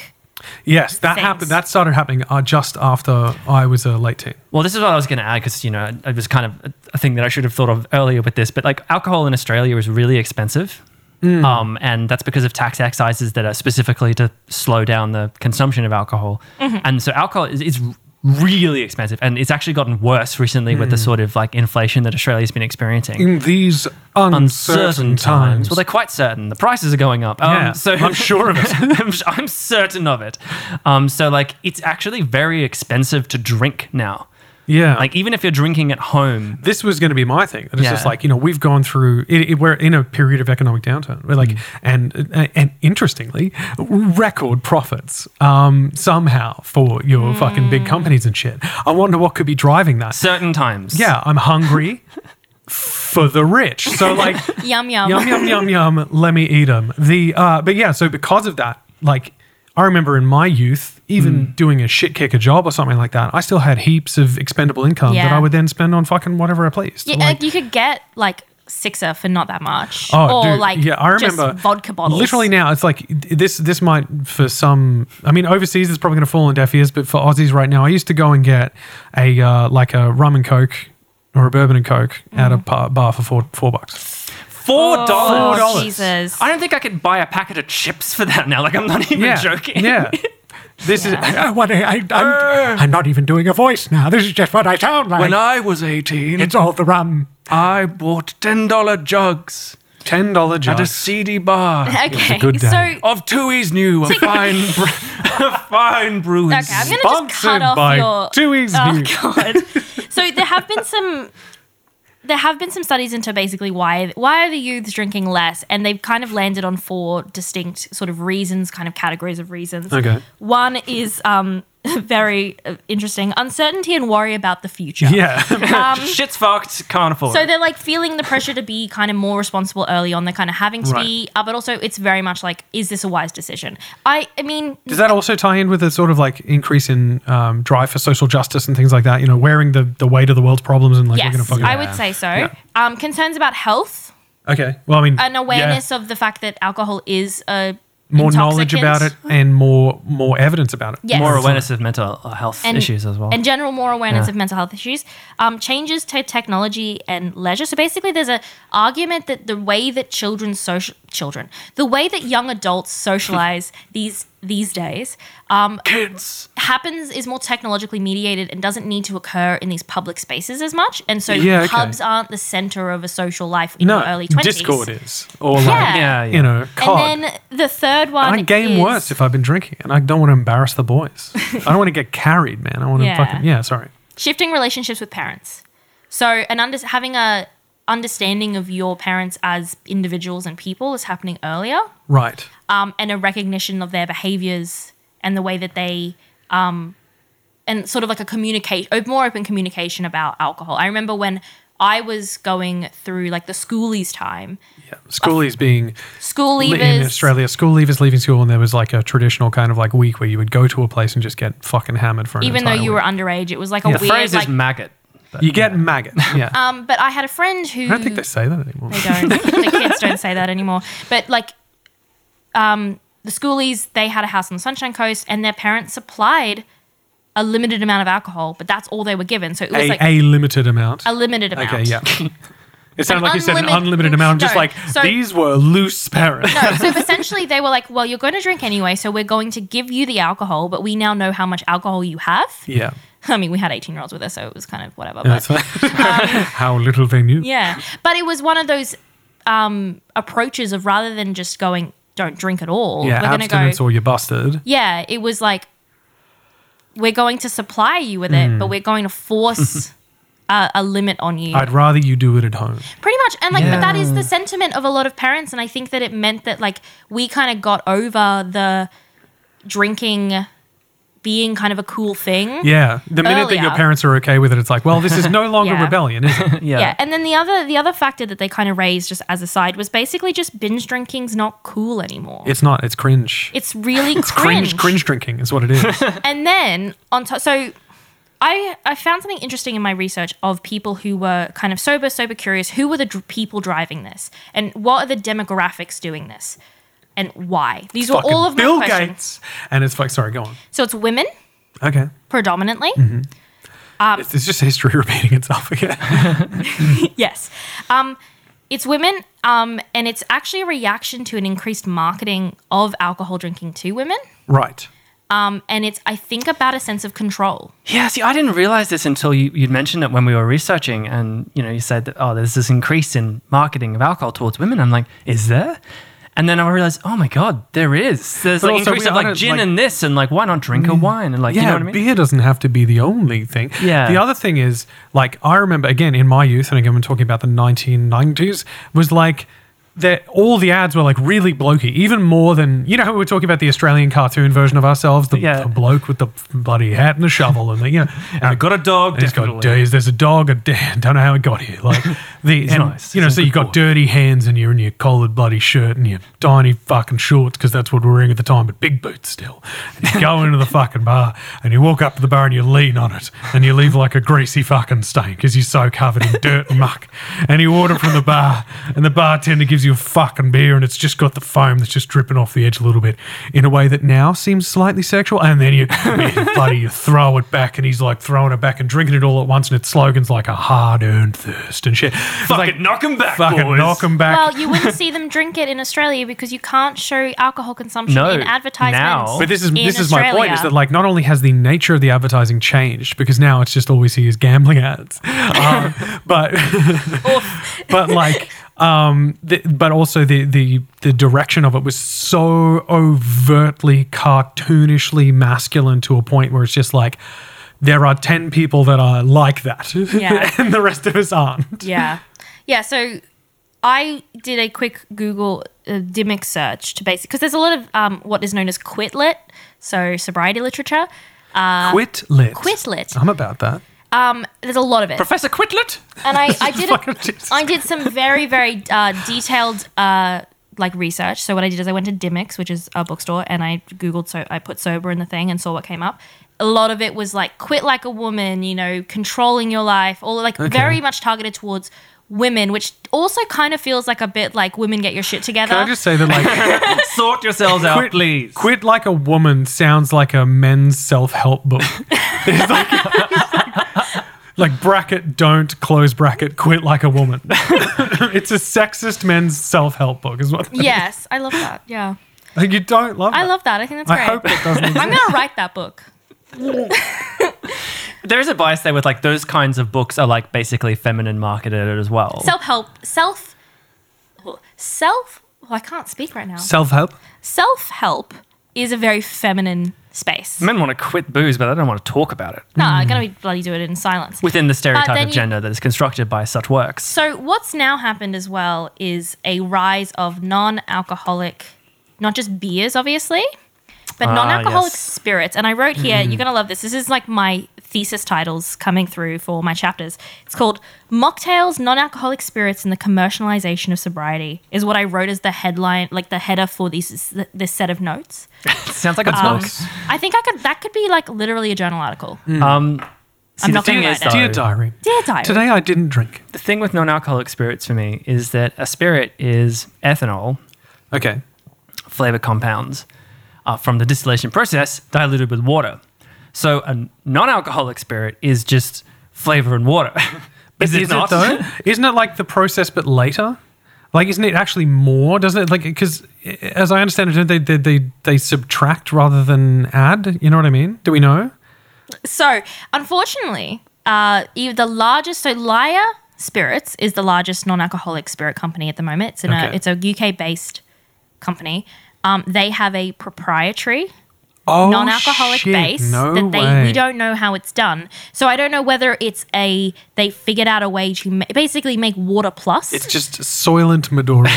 Speaker 1: Yes, that
Speaker 2: Thanks.
Speaker 1: happened. That started happening uh, just after I was a late teen.
Speaker 3: Well, this is what I was going to add because you know it was kind of a thing that I should have thought of earlier with this, but like alcohol in Australia is really expensive,
Speaker 1: Mm.
Speaker 3: um, and that's because of tax excises that are specifically to slow down the consumption of alcohol,
Speaker 1: Mm-hmm.
Speaker 3: and so alcohol is, is really expensive, and it's actually gotten worse recently with the sort of like inflation that Australia's been experiencing.
Speaker 1: Mm. In these uncertain, times,
Speaker 3: Well, they're quite certain. The prices are going up. Um,
Speaker 1: Yeah,
Speaker 3: so
Speaker 1: I'm sure of it.
Speaker 3: I'm, s- I'm certain of it. Um, so like, it's actually very expensive to drink now.
Speaker 1: yeah,
Speaker 3: Like even if you're drinking at home,
Speaker 1: this was going to be my thing. And it's
Speaker 3: Yeah.
Speaker 1: just like you know we've gone through it, it- we're in a period of economic downturn. We're like and and- and interestingly, record profits um, somehow for your fucking big companies and shit. I wonder what could be driving that.
Speaker 3: certain times.
Speaker 1: Yeah, I'm hungry for the rich. So like
Speaker 2: Yum yum.
Speaker 1: yum yum yum yum. Let me eat them. The uh, but yeah. So because of that, like I remember in my youth, even
Speaker 2: Mm.
Speaker 1: doing a shit kicker job or something like that, I still had heaps of expendable income that
Speaker 2: Yeah.
Speaker 1: I would then spend on fucking whatever I pleased.
Speaker 2: Yeah,
Speaker 1: Like,
Speaker 2: like, you could get like sixer for not that much,
Speaker 1: Oh,
Speaker 2: uh, or
Speaker 1: dude,
Speaker 2: like
Speaker 1: yeah, I remember
Speaker 2: just vodka bottles.
Speaker 1: Literally now, it's like this. This might for some. I mean, overseas it's probably going to fall on deaf ears, but for Aussies right now, I used to go and get a uh, like a rum and coke or a bourbon and coke at a
Speaker 2: Mm.
Speaker 1: bar, bar for four four bucks.
Speaker 3: Four
Speaker 2: Oh,
Speaker 3: dollars.
Speaker 2: Jesus.
Speaker 3: I don't think I could buy a packet of chips for that now. Like I'm not even
Speaker 1: yeah,
Speaker 3: joking.
Speaker 1: yeah. This is. I, what I, I, I'm, I'm not even doing a voice now. This is just what I sound like.
Speaker 3: I was 18,
Speaker 1: it's all the rum.
Speaker 3: I bought $10 jugs
Speaker 1: Ten dollar jugs.
Speaker 3: seedy bar.
Speaker 2: Okay,
Speaker 1: good day.
Speaker 2: so
Speaker 1: Okay,
Speaker 2: okay,
Speaker 3: of Tui's New, a fine, bre- a fine brewing.
Speaker 2: I'm gonna just
Speaker 1: Sponsored
Speaker 2: cut off
Speaker 1: by
Speaker 2: your.
Speaker 1: Too Easy.
Speaker 2: Oh god. so there have been some. There have been some studies into basically why why are the youths drinking less, and they've kind of landed on four distinct sort of reasons, kind of categories of reasons.
Speaker 1: Okay.
Speaker 2: One is um, very uh, interesting: uncertainty and worry about the future.
Speaker 1: Yeah.
Speaker 3: Shit's fucked. Can't afford.
Speaker 2: So
Speaker 3: it.
Speaker 2: they're like feeling the pressure to be kind of more responsible early on. They're kind of having to
Speaker 1: Right.
Speaker 2: be, uh, but also it's very much like, is this a wise decision? I, I mean,
Speaker 1: Does that also tie in with a sort of like increase in um, drive for social justice and things like that? You know, wearing the, the weight of the world's problems and like we're gonna
Speaker 2: yes,
Speaker 1: fucking
Speaker 2: I would say so. Um, concerns about health,
Speaker 1: okay. Well, I mean,
Speaker 2: an awareness
Speaker 1: yeah,
Speaker 2: of the fact that alcohol is a
Speaker 1: more knowledge
Speaker 2: intoxicant.
Speaker 1: about it and more more evidence about it.
Speaker 2: Yes.
Speaker 3: more awareness of mental health issues as well.
Speaker 2: And general more awareness
Speaker 3: Yeah.
Speaker 2: of mental health issues. Um, changes to technology and leisure. So basically, there's a argument that the way that children social children, the way that young adults socialize these these days, um,
Speaker 3: Kids.
Speaker 2: happens is more technologically mediated and doesn't need to occur in these public spaces as much. And so
Speaker 1: Yeah, okay.
Speaker 2: pubs aren't the center of a social life in
Speaker 1: No,
Speaker 2: your early twenties.
Speaker 1: Discord is or like
Speaker 2: Yeah.
Speaker 3: Yeah, yeah.
Speaker 1: you know, COD.
Speaker 2: And then the third one.
Speaker 1: and I game
Speaker 2: is,
Speaker 1: worse if I've been drinking, and I don't want to embarrass the boys. I don't want to get carried, man. I want to
Speaker 2: Yeah.
Speaker 1: fucking yeah. Sorry.
Speaker 2: shifting relationships with parents. So, an under- having a understanding of your parents as individuals and people is happening earlier,
Speaker 1: Right.
Speaker 2: um, and a recognition of their behaviors and the way that they, um, and sort of like a communication, more open communication about alcohol. I remember when I was going through like the schoolies time,
Speaker 1: Yeah. Schoolies being
Speaker 2: school
Speaker 1: li-
Speaker 2: leavers.
Speaker 1: in Australia, school leavers leaving school, and there was like a traditional kind of like week where you would go to a place and just get fucking hammered for an
Speaker 2: Even though
Speaker 1: entire
Speaker 2: you
Speaker 1: week.
Speaker 2: were underage, it was like a
Speaker 1: Yeah.
Speaker 3: The
Speaker 2: weird
Speaker 3: phrase
Speaker 2: like.
Speaker 3: is maggot. but-
Speaker 1: You get maggot. Yeah.
Speaker 2: um, but I had a friend who
Speaker 1: I don't think they say that anymore.
Speaker 2: They don't. the kids don't say that anymore. But like, um, the schoolies they had a house on the Sunshine Coast, and their parents supplied a limited amount of alcohol, but that's all they were given. So it was
Speaker 1: A,
Speaker 2: like
Speaker 1: a limited amount.
Speaker 2: a limited amount.
Speaker 1: okay, yeah. It sounded
Speaker 2: An
Speaker 1: like you said an
Speaker 2: unlimited-
Speaker 1: unlimited amount. I'm just
Speaker 2: no,
Speaker 1: like,
Speaker 2: so-
Speaker 1: these were loose parents.
Speaker 2: No, so essentially they were like, well, you're going to drink anyway, so we're going to give you the alcohol, but we now know how much alcohol you have.
Speaker 1: Yeah.
Speaker 2: I mean, we had 18 year olds with us, so it was kind of whatever.
Speaker 1: Yeah,
Speaker 2: but
Speaker 1: that's fine. How little they knew.
Speaker 2: Um, Yeah. But it was one of those um, approaches of rather than just going, don't drink at all.
Speaker 1: Yeah,
Speaker 2: we're going to go.
Speaker 1: abstinence or you're busted.
Speaker 2: yeah, it was like we're going to supply you with it, but we're going to force a, a limit on you.
Speaker 1: Mm. I'd rather you do it at home.
Speaker 2: Pretty much. And like, but that is
Speaker 3: Yeah.
Speaker 2: the sentiment of a lot of parents. And I think that it meant that like we kind of got over the drinking being kind of a cool thing.
Speaker 1: Yeah. The minute that your
Speaker 2: Earlier.
Speaker 1: parents are okay with it, it's like, well, this is no longer
Speaker 2: Yeah.
Speaker 1: rebellion, is it?
Speaker 3: yeah.
Speaker 2: Yeah. And then the other the other factor that they kind of raised just as a side was basically just binge drinking's not cool anymore.
Speaker 1: It's not. It's cringe.
Speaker 2: It's really
Speaker 1: cringe. Cringe drinking is what it is.
Speaker 2: And then on top, so I I found something interesting in my research of people who were kind of sober, sober curious. Who were the dr- people driving this, and what are the demographics doing this, and why? These were
Speaker 1: Fucking
Speaker 2: all of my
Speaker 1: Bill
Speaker 2: questions.
Speaker 1: Gates. And it's like, sorry, go on.
Speaker 2: So it's women
Speaker 1: Okay.
Speaker 2: predominantly.
Speaker 1: Mm-hmm.
Speaker 2: Uh,
Speaker 1: It's, it's just history repeating itself again.
Speaker 2: yes. Um, it's women, um, and it's actually a reaction to an increased marketing of alcohol drinking to women.
Speaker 1: right.
Speaker 2: Um, and it's, I think, about a sense of control.
Speaker 3: Yeah, see, I didn't realize this until you, you'd mentioned it when we were researching, and you know, you said that oh, there's this increase in marketing of alcohol towards women. I'm like, is there? And then I realized, oh my god, there is. There's
Speaker 1: But
Speaker 3: like
Speaker 1: also
Speaker 3: increase
Speaker 1: we
Speaker 3: of like
Speaker 1: aren't,
Speaker 3: gin
Speaker 1: like- Mm.
Speaker 3: and this, and like why not drink a wine and like
Speaker 1: yeah,
Speaker 3: you know what I mean?
Speaker 1: beer doesn't have to be the only thing.
Speaker 3: Yeah.
Speaker 1: The other thing is, like, I remember again in my youth, and again we're talking about the 1990s, was like that all the ads were like really blokey, even more than you know how we were talking about the Australian cartoon version of ourselves, the,
Speaker 3: Yeah.
Speaker 1: the bloke with the bloody hat and the shovel, and the, you know, and I got a dog. And he's got
Speaker 3: definitely.
Speaker 1: days. There's a dog. I don't know how it got here. Like the and,
Speaker 3: nice.
Speaker 1: you know,
Speaker 3: It's
Speaker 1: so
Speaker 3: a
Speaker 1: you
Speaker 3: good
Speaker 1: got
Speaker 3: boy.
Speaker 1: dirty hands and you're in your collared bloody shirt and your tiny fucking shorts because that's what we're wearing at the time, but big boots still. And you go into the fucking bar and you walk up to the bar and you lean on it and you leave like a greasy fucking stain because you're so covered in dirt and muck. And you order from the bar and the bartender gives you a fucking beer and it's just got the foam that's just dripping off the edge a little bit in a way that now seems slightly sexual. And then you bloody you throw it back and he's like throwing it back and drinking it all at once and its slogans like a hard earned thirst and shit. It's
Speaker 3: fucking
Speaker 1: like,
Speaker 3: knock 'em back,
Speaker 1: fucking
Speaker 3: boys.
Speaker 1: knock them back.
Speaker 2: Well, you wouldn't see them drink it in Australia because you can't show alcohol consumption
Speaker 3: No,
Speaker 2: in advertisements.
Speaker 3: now.
Speaker 1: but this is
Speaker 2: in
Speaker 1: this is my point is that
Speaker 2: Australia.
Speaker 1: like not only has the nature of the advertising changed because now it's just all we see is gambling ads, uh, but but like um the, but also the the the direction of it was so overtly cartoonishly masculine to a point where it's just like there are 10 people that are like that
Speaker 2: Yeah.
Speaker 1: and the rest of us aren't
Speaker 2: yeah, yeah. So I did a quick Google uh, Dimmick search to basic because there's a lot of um, what is known as quitlet, so sobriety literature.
Speaker 1: quit lit
Speaker 2: Uh, Quit lit.
Speaker 1: i'm about that
Speaker 3: Uh-huh.
Speaker 2: Um, there's a lot of it,
Speaker 3: Professor Quitlet.
Speaker 2: and I, I did
Speaker 1: Fucking
Speaker 2: a,
Speaker 1: Jesus.
Speaker 2: I did some very very uh, detailed uh, like research. So what I did is I went to Dimmicks, which is a bookstore, and I googled so I put sober in the thing and saw what came up. A lot of it was like quit like a woman, you know, controlling your life, or like very much targeted towards women, which also kind of feels like a bit like women get your shit together.
Speaker 1: can i just say that like
Speaker 3: Sort yourselves out,
Speaker 1: Quit-
Speaker 3: please.
Speaker 1: Quit Like a Woman sounds like a men's self help book. It's like, like bracket, don't close bracket, quit like a woman. it's a sexist men's self help book, is what.
Speaker 2: yes, I love that. Yeah,
Speaker 1: Like, you don't love.
Speaker 2: I
Speaker 1: that.
Speaker 2: love that. I think that's
Speaker 1: I
Speaker 2: great.
Speaker 1: hope it doesn't.
Speaker 2: I'm gonna write that book.
Speaker 3: There is a bias there with like those kinds of books are like basically feminine marketed as well.
Speaker 2: Self help, self, self. Well, I can't speak right now.
Speaker 1: Self help.
Speaker 2: self help is a very feminine space.
Speaker 3: Men want to quit booze, but they don't want to talk about it
Speaker 2: No, I'm gonna be bloody do it in silence.
Speaker 3: within the
Speaker 2: But
Speaker 3: stereotype
Speaker 2: then
Speaker 3: of
Speaker 2: you-
Speaker 3: gender that is constructed by such works.
Speaker 2: So what's now happened as well is a rise of non-alcoholic, not just beers, obviously, but
Speaker 3: Ah,
Speaker 2: non-alcoholic
Speaker 3: yes. Mm-hmm.
Speaker 2: spirits. And I wrote here, you're gonna love this. This is like my thesis titles coming through for my chapters. It's called "Mocktails, Non-Alcoholic Spirits, and the Commercialization of Sobriety" is what I wrote as the headline, like the header for these this set of notes.
Speaker 3: Sounds like a
Speaker 2: Um,
Speaker 3: book.
Speaker 2: I think I could. That could be like literally a journal article.
Speaker 3: Um, see,
Speaker 2: I'm
Speaker 3: the
Speaker 2: not gonna
Speaker 3: thing
Speaker 2: write
Speaker 3: is,
Speaker 2: it.
Speaker 3: though,
Speaker 1: Dear diary.
Speaker 2: Dear diary.
Speaker 1: Today I didn't drink.
Speaker 3: the thing with non-alcoholic spirits for me is that a spirit is ethanol
Speaker 1: Okay.
Speaker 3: flavor compounds uh, from the distillation process diluted with water. So a non-alcoholic spirit is just flavor and water. is it not?
Speaker 1: though? isn't it like the process but later? Like, isn't it actually more? Doesn't it like because as I understand it, they they they, they subtract rather than add. You know what I mean? Do we know?
Speaker 2: So, unfortunately, uh, you- the largest, so Laya Spirits is the largest non-alcoholic spirit company at the moment. It's, in
Speaker 1: Okay.
Speaker 2: a, it's a UK-based company. Um, they have a proprietary
Speaker 1: Oh,
Speaker 2: non-alcoholic
Speaker 1: shit.
Speaker 2: base
Speaker 1: No
Speaker 2: that they
Speaker 1: way.
Speaker 2: we don't know how it's done. So I don't know whether it's a they figured out a way to ma- basically make water plus.
Speaker 1: It's just Soylent Medora.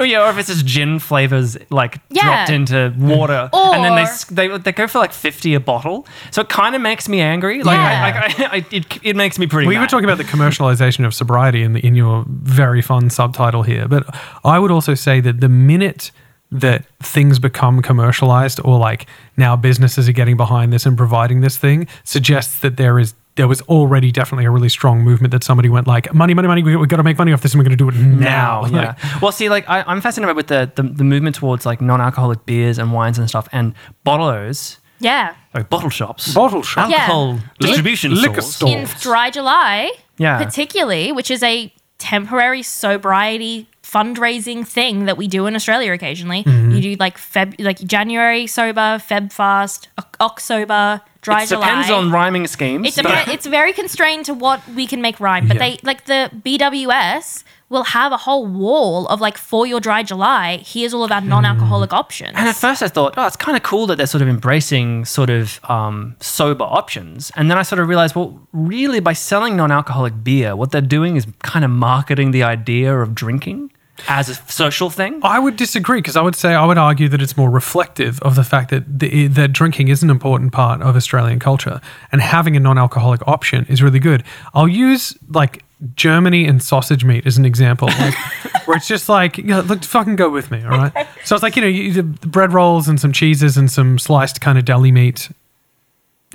Speaker 3: Oh yeah, or if it's just gin flavors like
Speaker 2: Yeah.
Speaker 3: dropped into water, and then they
Speaker 2: Or-
Speaker 3: s- they they go for like fifty a bottle. So it kind of makes me angry. Like,
Speaker 2: Yeah.
Speaker 3: I, like I, I, it, it makes me pretty.
Speaker 1: we were
Speaker 3: mad.
Speaker 1: talking about the commercialization of sobriety in the in your very fun subtitle here, but I would also say that the minute that things become commercialized or like now businesses are getting behind this and providing this thing suggests that there is there was already definitely a really strong movement that somebody went like money money money we, we got to make money off this and we're going to do it now
Speaker 3: now. Yeah. well, see, like I, I'm fascinated with the, the the movement towards like non-alcoholic beers and wines and stuff, and bottlers,
Speaker 2: yeah.
Speaker 3: like bottle shops,
Speaker 1: Bottle shop.
Speaker 2: Yeah.
Speaker 3: alcohol distribution
Speaker 1: Liquor
Speaker 3: stores.
Speaker 1: store.
Speaker 2: in dry July,
Speaker 3: Yeah.
Speaker 2: particularly, which is a temporary sobriety fundraising thing that we do in Australia occasionally.
Speaker 3: Mm-hmm.
Speaker 2: You do like Feb, like January sober, Feb fast, Oc sober, dry
Speaker 3: It
Speaker 2: July.
Speaker 3: depends on rhyming schemes.
Speaker 2: It's,
Speaker 3: but-
Speaker 2: a, it's very constrained to what we can make rhyme, but
Speaker 1: Yeah.
Speaker 2: they like the BWS will have a whole wall of like for your dry July. Here's all of our non-alcoholic options.
Speaker 3: Hmm. And at first I thought, oh, it's kind of cool that they're sort of embracing sort of um, sober options. And then I sort of realized, well, really, by selling non alcoholic beer, what they're doing is kind of marketing the idea of drinking as a social thing.
Speaker 1: I would disagree because I would say I would argue that it's more reflective of the fact that the, that drinking is an important part of Australian culture, and having a non-alcoholic option is really good. I'll use like Germany and sausage meat as an example, like, where it's just like, you know, look, fucking go with me, all right? So it's like you know, you, the bread rolls and some cheeses and some sliced kind of deli meat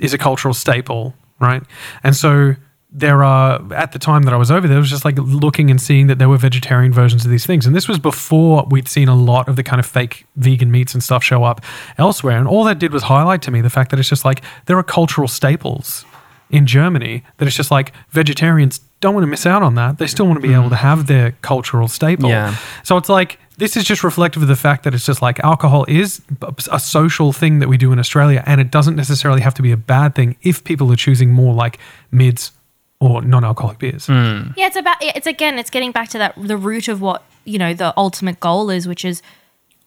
Speaker 1: is a cultural staple, right? And so there are at the time that I was over there, I was just like looking and seeing that there were vegetarian versions of these things. And this was before we'd seen a lot of the kind of fake vegan meats and stuff show up elsewhere. And all that did was highlight to me the fact that it's just like there are cultural staples in Germany that it's just like vegetarians don't want to miss out on that. They still want to be able to have their cultural staple.
Speaker 3: Yeah.
Speaker 1: So it's like this is just reflective of the fact that it's just like alcohol is a social thing that we do in Australia, and it doesn't necessarily have to be a bad thing if people are choosing more like mids or non-alcoholic beers.
Speaker 2: Yeah, it's about it's again, it's getting back to that the root of what you know the ultimate goal is, which is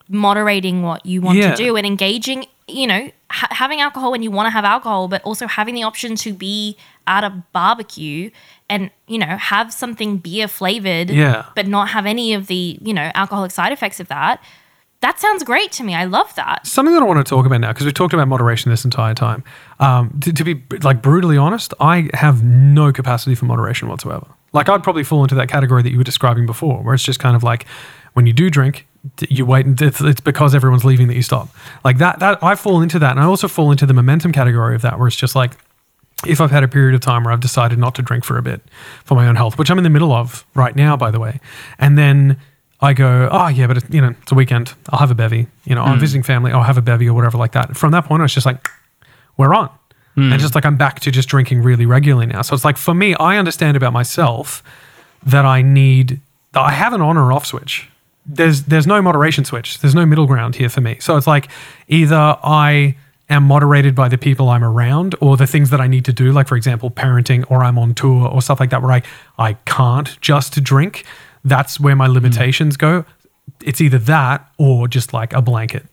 Speaker 2: moderating what you want
Speaker 1: Yeah.
Speaker 2: to do and engaging. You know, ha- having alcohol when you want to have alcohol, but also having the option to be at a barbecue and you know have something beer flavored,
Speaker 1: Yeah.
Speaker 2: but not have any of the you know alcoholic side effects of that. That sounds great to me. I love that.
Speaker 1: Something that I want to talk about now because we've talked about moderation this entire time. Um, to, to be like brutally honest, I have no capacity for moderation whatsoever. Like I'd probably fall into that category that you were describing before, where it's just kind of like when you do drink, d- you wait and it's, it's because everyone's leaving that you stop. Like that, that I fall into that, and I also fall into the momentum category of that, where it's just like if I've had a period of time where I've decided not to drink for a bit for my own health, which I'm in the middle of right now, by the way, and then I go, oh yeah, but it's, you know, it's a weekend. I'll have a bevy. You know, I'm visiting family. I'll have a bevy or whatever like that. From that point, I was just like, we're on. And just like I'm back to just drinking really regularly now. So it's like for me, I understand about myself that I need that I have an on or off switch. There's there's no moderation switch. There's no middle ground here for me. So it's like either I am moderated by the people I'm around or the things that I need to do, like for example, parenting or I'm on tour or stuff like that where I, I can't just drink. That's where my limitations go. It's either that or just like a blanket.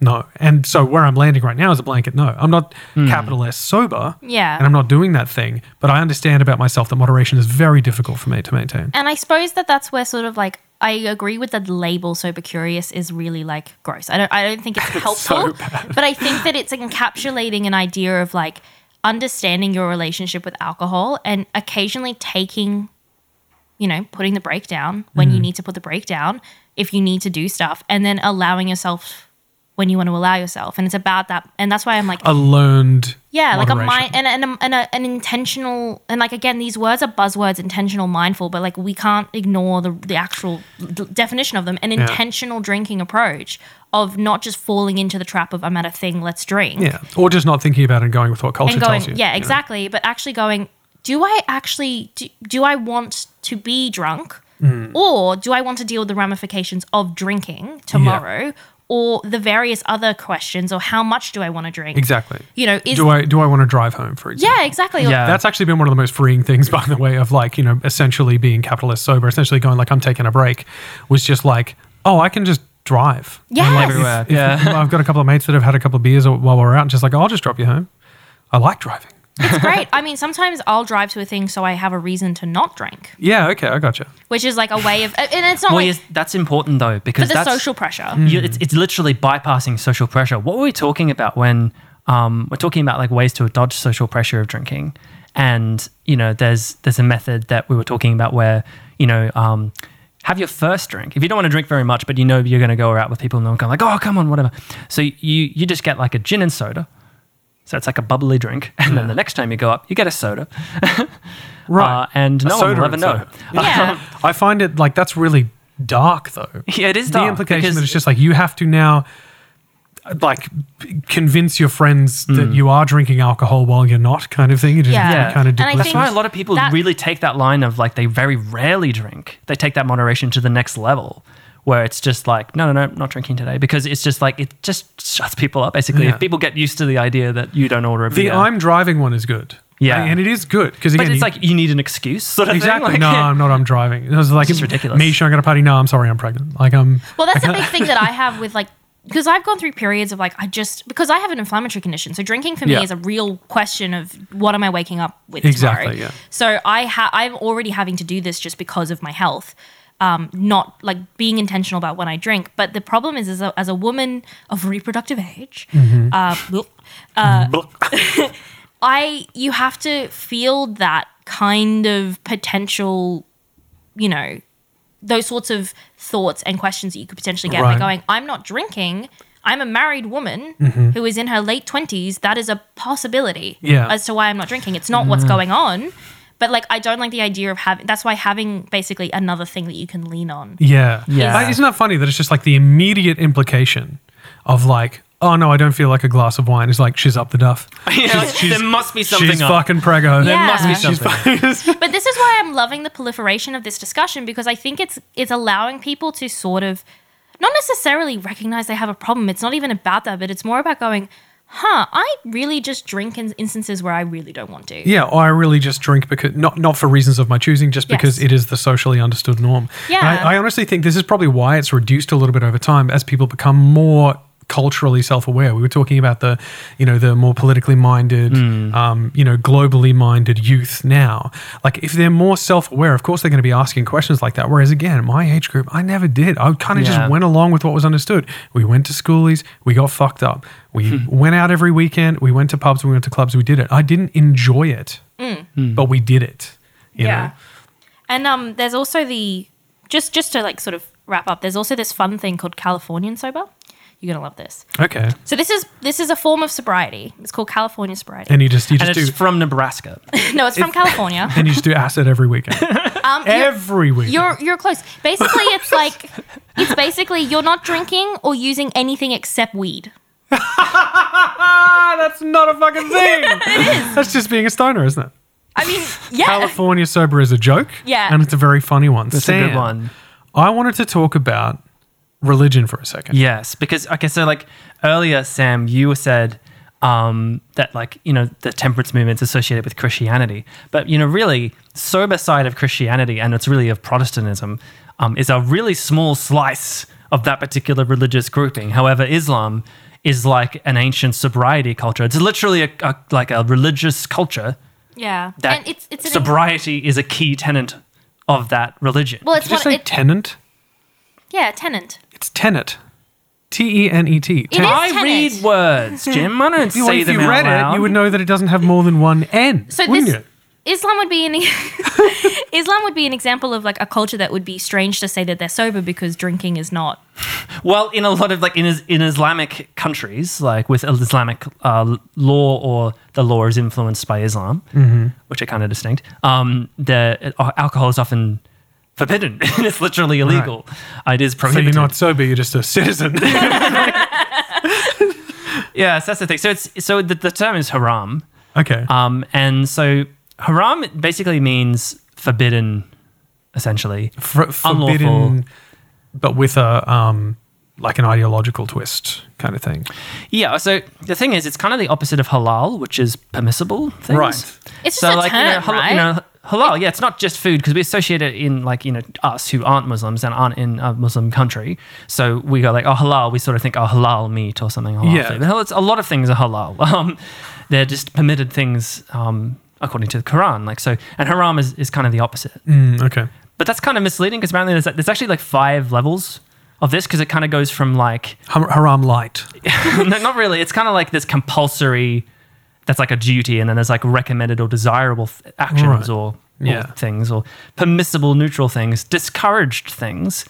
Speaker 1: No. And so where I'm landing right now is a blanket no. I'm not capital S sober.
Speaker 2: Yeah.
Speaker 1: And I'm not doing that thing. But I understand about myself that moderation is very difficult for me to maintain.
Speaker 2: And I suppose that that's where sort of like I agree with the label sober curious is really like gross. I don't I don't think it's helpful, but I think that it's encapsulating an idea of like understanding your relationship with alcohol and occasionally taking you know, putting the brake down when you need to put the brake down if you need to do stuff and then allowing yourself when you want to allow yourself. And it's about that and that's why I'm like
Speaker 1: A learned
Speaker 2: yeah, like a
Speaker 1: moderation.
Speaker 2: mind and, and, and a, an intentional and like again, these words are buzzwords, intentional, mindful, but like we can't ignore the the actual d- definition of them. An intentional drinking approach of not just falling into the trap of I'm at a thing, let's drink,
Speaker 1: Yeah. Or just not thinking about it and going with what culture
Speaker 2: and going
Speaker 1: tells you. you
Speaker 2: yeah,
Speaker 1: know?
Speaker 2: exactly, but actually going, do I actually do, do I want to be drunk,
Speaker 1: Mm.
Speaker 2: or do I want to deal with the ramifications of drinking tomorrow? Or the various other questions, or how much do I want to drink?
Speaker 1: Exactly.
Speaker 2: You know, is
Speaker 1: Do I do I want to drive home, for example?
Speaker 2: yeah, exactly. Or-
Speaker 3: Yeah.
Speaker 1: That's actually been one of the most freeing things, by the way, of like, you know, essentially being capitalist sober, essentially going like, I'm taking a break, was just like, oh, I can just drive.
Speaker 2: Yes.
Speaker 1: And, like,
Speaker 3: Everywhere,
Speaker 1: if- if-
Speaker 3: yeah.
Speaker 1: I've got a couple of mates that have had a couple of beers while we're out and just like, "Oh, I'll just drop you home. I like driving.
Speaker 2: It's great. I mean, sometimes I'll drive to a thing so I have a reason to not drink,
Speaker 1: Yeah, okay, I gotcha.
Speaker 2: which is like a way of, and it's not
Speaker 3: Well,
Speaker 2: like
Speaker 3: yes, that's important though
Speaker 2: for
Speaker 3: because
Speaker 2: the
Speaker 3: that's
Speaker 2: social pressure.
Speaker 3: you- it's, it's literally bypassing social pressure. What were we talking about when um, we're talking about like ways to dodge social pressure of drinking? And you know, there's there's a method that we were talking about where you know. Um, have your first drink. If you don't want to drink very much, but you know you're going to go out with people and they'll come like, oh, come on, whatever. So you you just get like a gin and soda. So it's like a bubbly drink. And then the next time you go up, you get a soda.
Speaker 1: Right.
Speaker 3: Uh, and
Speaker 1: A
Speaker 3: no one
Speaker 1: soda
Speaker 3: will ever
Speaker 1: and
Speaker 3: know.
Speaker 2: Yeah.
Speaker 1: I find it like that's really dark though.
Speaker 3: Yeah, it is
Speaker 1: the
Speaker 3: dark,
Speaker 1: implication
Speaker 3: because-
Speaker 1: that it's just like you have to now uh, like p- convince your friends that
Speaker 3: Hmm.
Speaker 1: you are drinking alcohol while you're not kind of thing. It is
Speaker 2: Yeah.
Speaker 1: yeah.
Speaker 2: Yeah.
Speaker 1: kind of
Speaker 2: And I
Speaker 1: duplicitous.
Speaker 2: think-
Speaker 3: That's why a lot of people
Speaker 2: That-
Speaker 3: really take that line of like they very rarely drink. They take that moderation to the next level where it's just like, no, no, no, not drinking today because it's just like, it just shuts people up basically.
Speaker 1: Yeah.
Speaker 3: If people get used to the idea that you don't order a
Speaker 1: the
Speaker 3: beer.
Speaker 1: I'm driving one is good.
Speaker 3: Yeah.
Speaker 1: And it is good because
Speaker 3: but
Speaker 1: again,
Speaker 3: it's
Speaker 1: you-
Speaker 3: like you need an excuse sort of
Speaker 1: Exactly.
Speaker 3: thing.
Speaker 1: no,
Speaker 3: Like,
Speaker 1: I'm not. I'm driving. It was like
Speaker 3: just ridiculous.
Speaker 1: Me showing up at a party. No, I'm sorry. I'm pregnant. Like um, I'm.
Speaker 2: Well, that's the big thing that I have with like because I've gone through periods of like I just because I have an inflammatory condition, so drinking for me
Speaker 3: Yeah.
Speaker 2: is a real question of what am I waking up with
Speaker 1: Exactly,
Speaker 2: tomorrow.
Speaker 1: yeah.
Speaker 2: So I ha- I'm already having to do this just because of my health. Um, not like being intentional about when I drink, but the problem is, is a, as a woman of reproductive age,
Speaker 3: Mm-hmm.
Speaker 2: uh, bleh, I you have to field that kind of potential, you know, those sorts of thoughts and questions that you could potentially get
Speaker 1: Right.
Speaker 2: by going, I'm not drinking. I'm a married woman who is in her late twenties. That is a possibility
Speaker 1: Mm-hmm. Yeah. Mm-hmm.
Speaker 2: as to why I'm not drinking. It's not what's going on. But like I don't like the idea of having that's why having basically another thing that you can lean on.
Speaker 1: Yeah.
Speaker 3: Yeah.
Speaker 1: Like, isn't that funny that it's just like the immediate implication of like, oh no, I don't feel like a glass of wine is like she's up the duff.
Speaker 3: Yeah, like, there must be something
Speaker 1: She's
Speaker 3: up.
Speaker 1: fucking preggo.
Speaker 2: There must be
Speaker 1: She's
Speaker 3: something.
Speaker 1: fucking-
Speaker 2: but this is why I'm loving the proliferation of this discussion because I think it's it's allowing people to sort of not necessarily recognize they have a problem. It's not even about that, but it's more about going, huh, I really just drink in instances where I really don't want to.
Speaker 1: yeah. Or I really just drink because not not for reasons of my choosing, just
Speaker 2: Yes.
Speaker 1: because it is the socially understood norm.
Speaker 2: Yeah.
Speaker 1: And I, I honestly think this is probably why it's reduced a little bit over time as people become more culturally self-aware we were talking about the you know the more politically minded
Speaker 3: Mm.
Speaker 1: um, you know globally minded youth now like if they're more self-aware of course they're going to be asking questions like that whereas again my age group i never did i kind of
Speaker 3: Yeah.
Speaker 1: just went along with what was understood we went to schoolies we got fucked up we
Speaker 3: Hmm.
Speaker 1: went out every weekend we went to pubs we went to clubs we did it i didn't enjoy it but we did it you know?
Speaker 2: And um, there's also the just just to like sort of wrap up. There's also this fun thing called Californian sober. You're gonna love this.
Speaker 1: okay
Speaker 2: So this is this is a form of sobriety. It's called California sobriety.
Speaker 1: and you just you
Speaker 3: and
Speaker 1: just
Speaker 3: it's
Speaker 1: do
Speaker 3: from Nebraska.
Speaker 2: no, it's from California.
Speaker 1: and you just do acid every weekend
Speaker 2: Um, you're-
Speaker 1: every week.
Speaker 2: You're you're close. Basically, it's like it's basically you're not drinking or using anything except weed.
Speaker 1: ah, that's not a fucking thing. it is. That's just being a stoner, isn't it?
Speaker 2: I mean, yeah,
Speaker 1: California sober is a joke.
Speaker 2: Yeah.
Speaker 1: And it's a very funny one.
Speaker 3: That's a good one.
Speaker 1: I wanted to talk about religion for a second.
Speaker 3: Yes, because okay, so like earlier, Sam, you said um, that like you know the temperance movement's associated with Christianity, but you know really sober side of Christianity, and it's really of Protestantism, um, is a really small slice of that particular religious grouping. However, Islam is like an ancient sobriety culture. It's literally a, a like a religious culture
Speaker 2: yeah.
Speaker 3: that
Speaker 2: and it's it's an,
Speaker 3: sobriety is a key tenant of that religion.
Speaker 2: well, it's
Speaker 1: Did you
Speaker 2: what
Speaker 1: say
Speaker 2: it,
Speaker 1: tenant?
Speaker 2: yeah, tenant.
Speaker 1: It's tenet. T E N E T.
Speaker 2: It is
Speaker 3: I
Speaker 2: tenant.
Speaker 3: read words, Jim. I don't
Speaker 1: Well,
Speaker 3: say
Speaker 1: if
Speaker 3: them
Speaker 1: you
Speaker 3: out
Speaker 1: read
Speaker 3: loud.
Speaker 1: it, you would know that it doesn't have more than one N,
Speaker 2: So
Speaker 1: wouldn't
Speaker 2: this
Speaker 1: you?
Speaker 2: Islam would be an e- Islam would be an example of like a culture that would be strange to say that they're sober because drinking is not.
Speaker 3: Well, in a lot of like in Is- in Islamic countries, like with Islamic uh, law or the law is influenced by Islam, which are kind of distinct. Um, the uh, alcohol is often forbidden. it's literally illegal. Uh, It is
Speaker 1: So you're
Speaker 3: prohibited.
Speaker 1: not sober, you're just a citizen.
Speaker 3: yeah, so that's the thing. So it's so the, the term is haram,
Speaker 1: okay.
Speaker 3: um, and so haram basically means forbidden, essentially.
Speaker 1: Fr- forbidden,
Speaker 3: unlawful.
Speaker 1: but with a um, like an ideological twist kind of thing.
Speaker 3: Yeah. So the thing is, it's kind of the opposite of halal, which is permissible things.
Speaker 1: Right.
Speaker 2: It's just a term,
Speaker 3: hal-
Speaker 2: right?
Speaker 3: you know, halal. Yeah, it's not just food because we associate it in like you know us who aren't Muslims and aren't in a Muslim country. So we go like oh halal. We sort of think oh halal meat or something. Halal
Speaker 1: Yeah.
Speaker 3: food. But hell, it's a lot of things are halal. Um, they're just permitted things um, according to the Quran. Like so, and haram is, is kind of the opposite.
Speaker 1: Mm, okay.
Speaker 3: But that's kind of misleading because apparently there's, there's actually like five levels of this because it kind of goes from like
Speaker 1: Har- Haram light.
Speaker 3: no, not really. It's kind of like this compulsory that's like a duty, and then there's like recommended or desirable f- actions
Speaker 1: Right.
Speaker 3: or, or
Speaker 1: Yeah.
Speaker 3: things or permissible neutral things, discouraged things,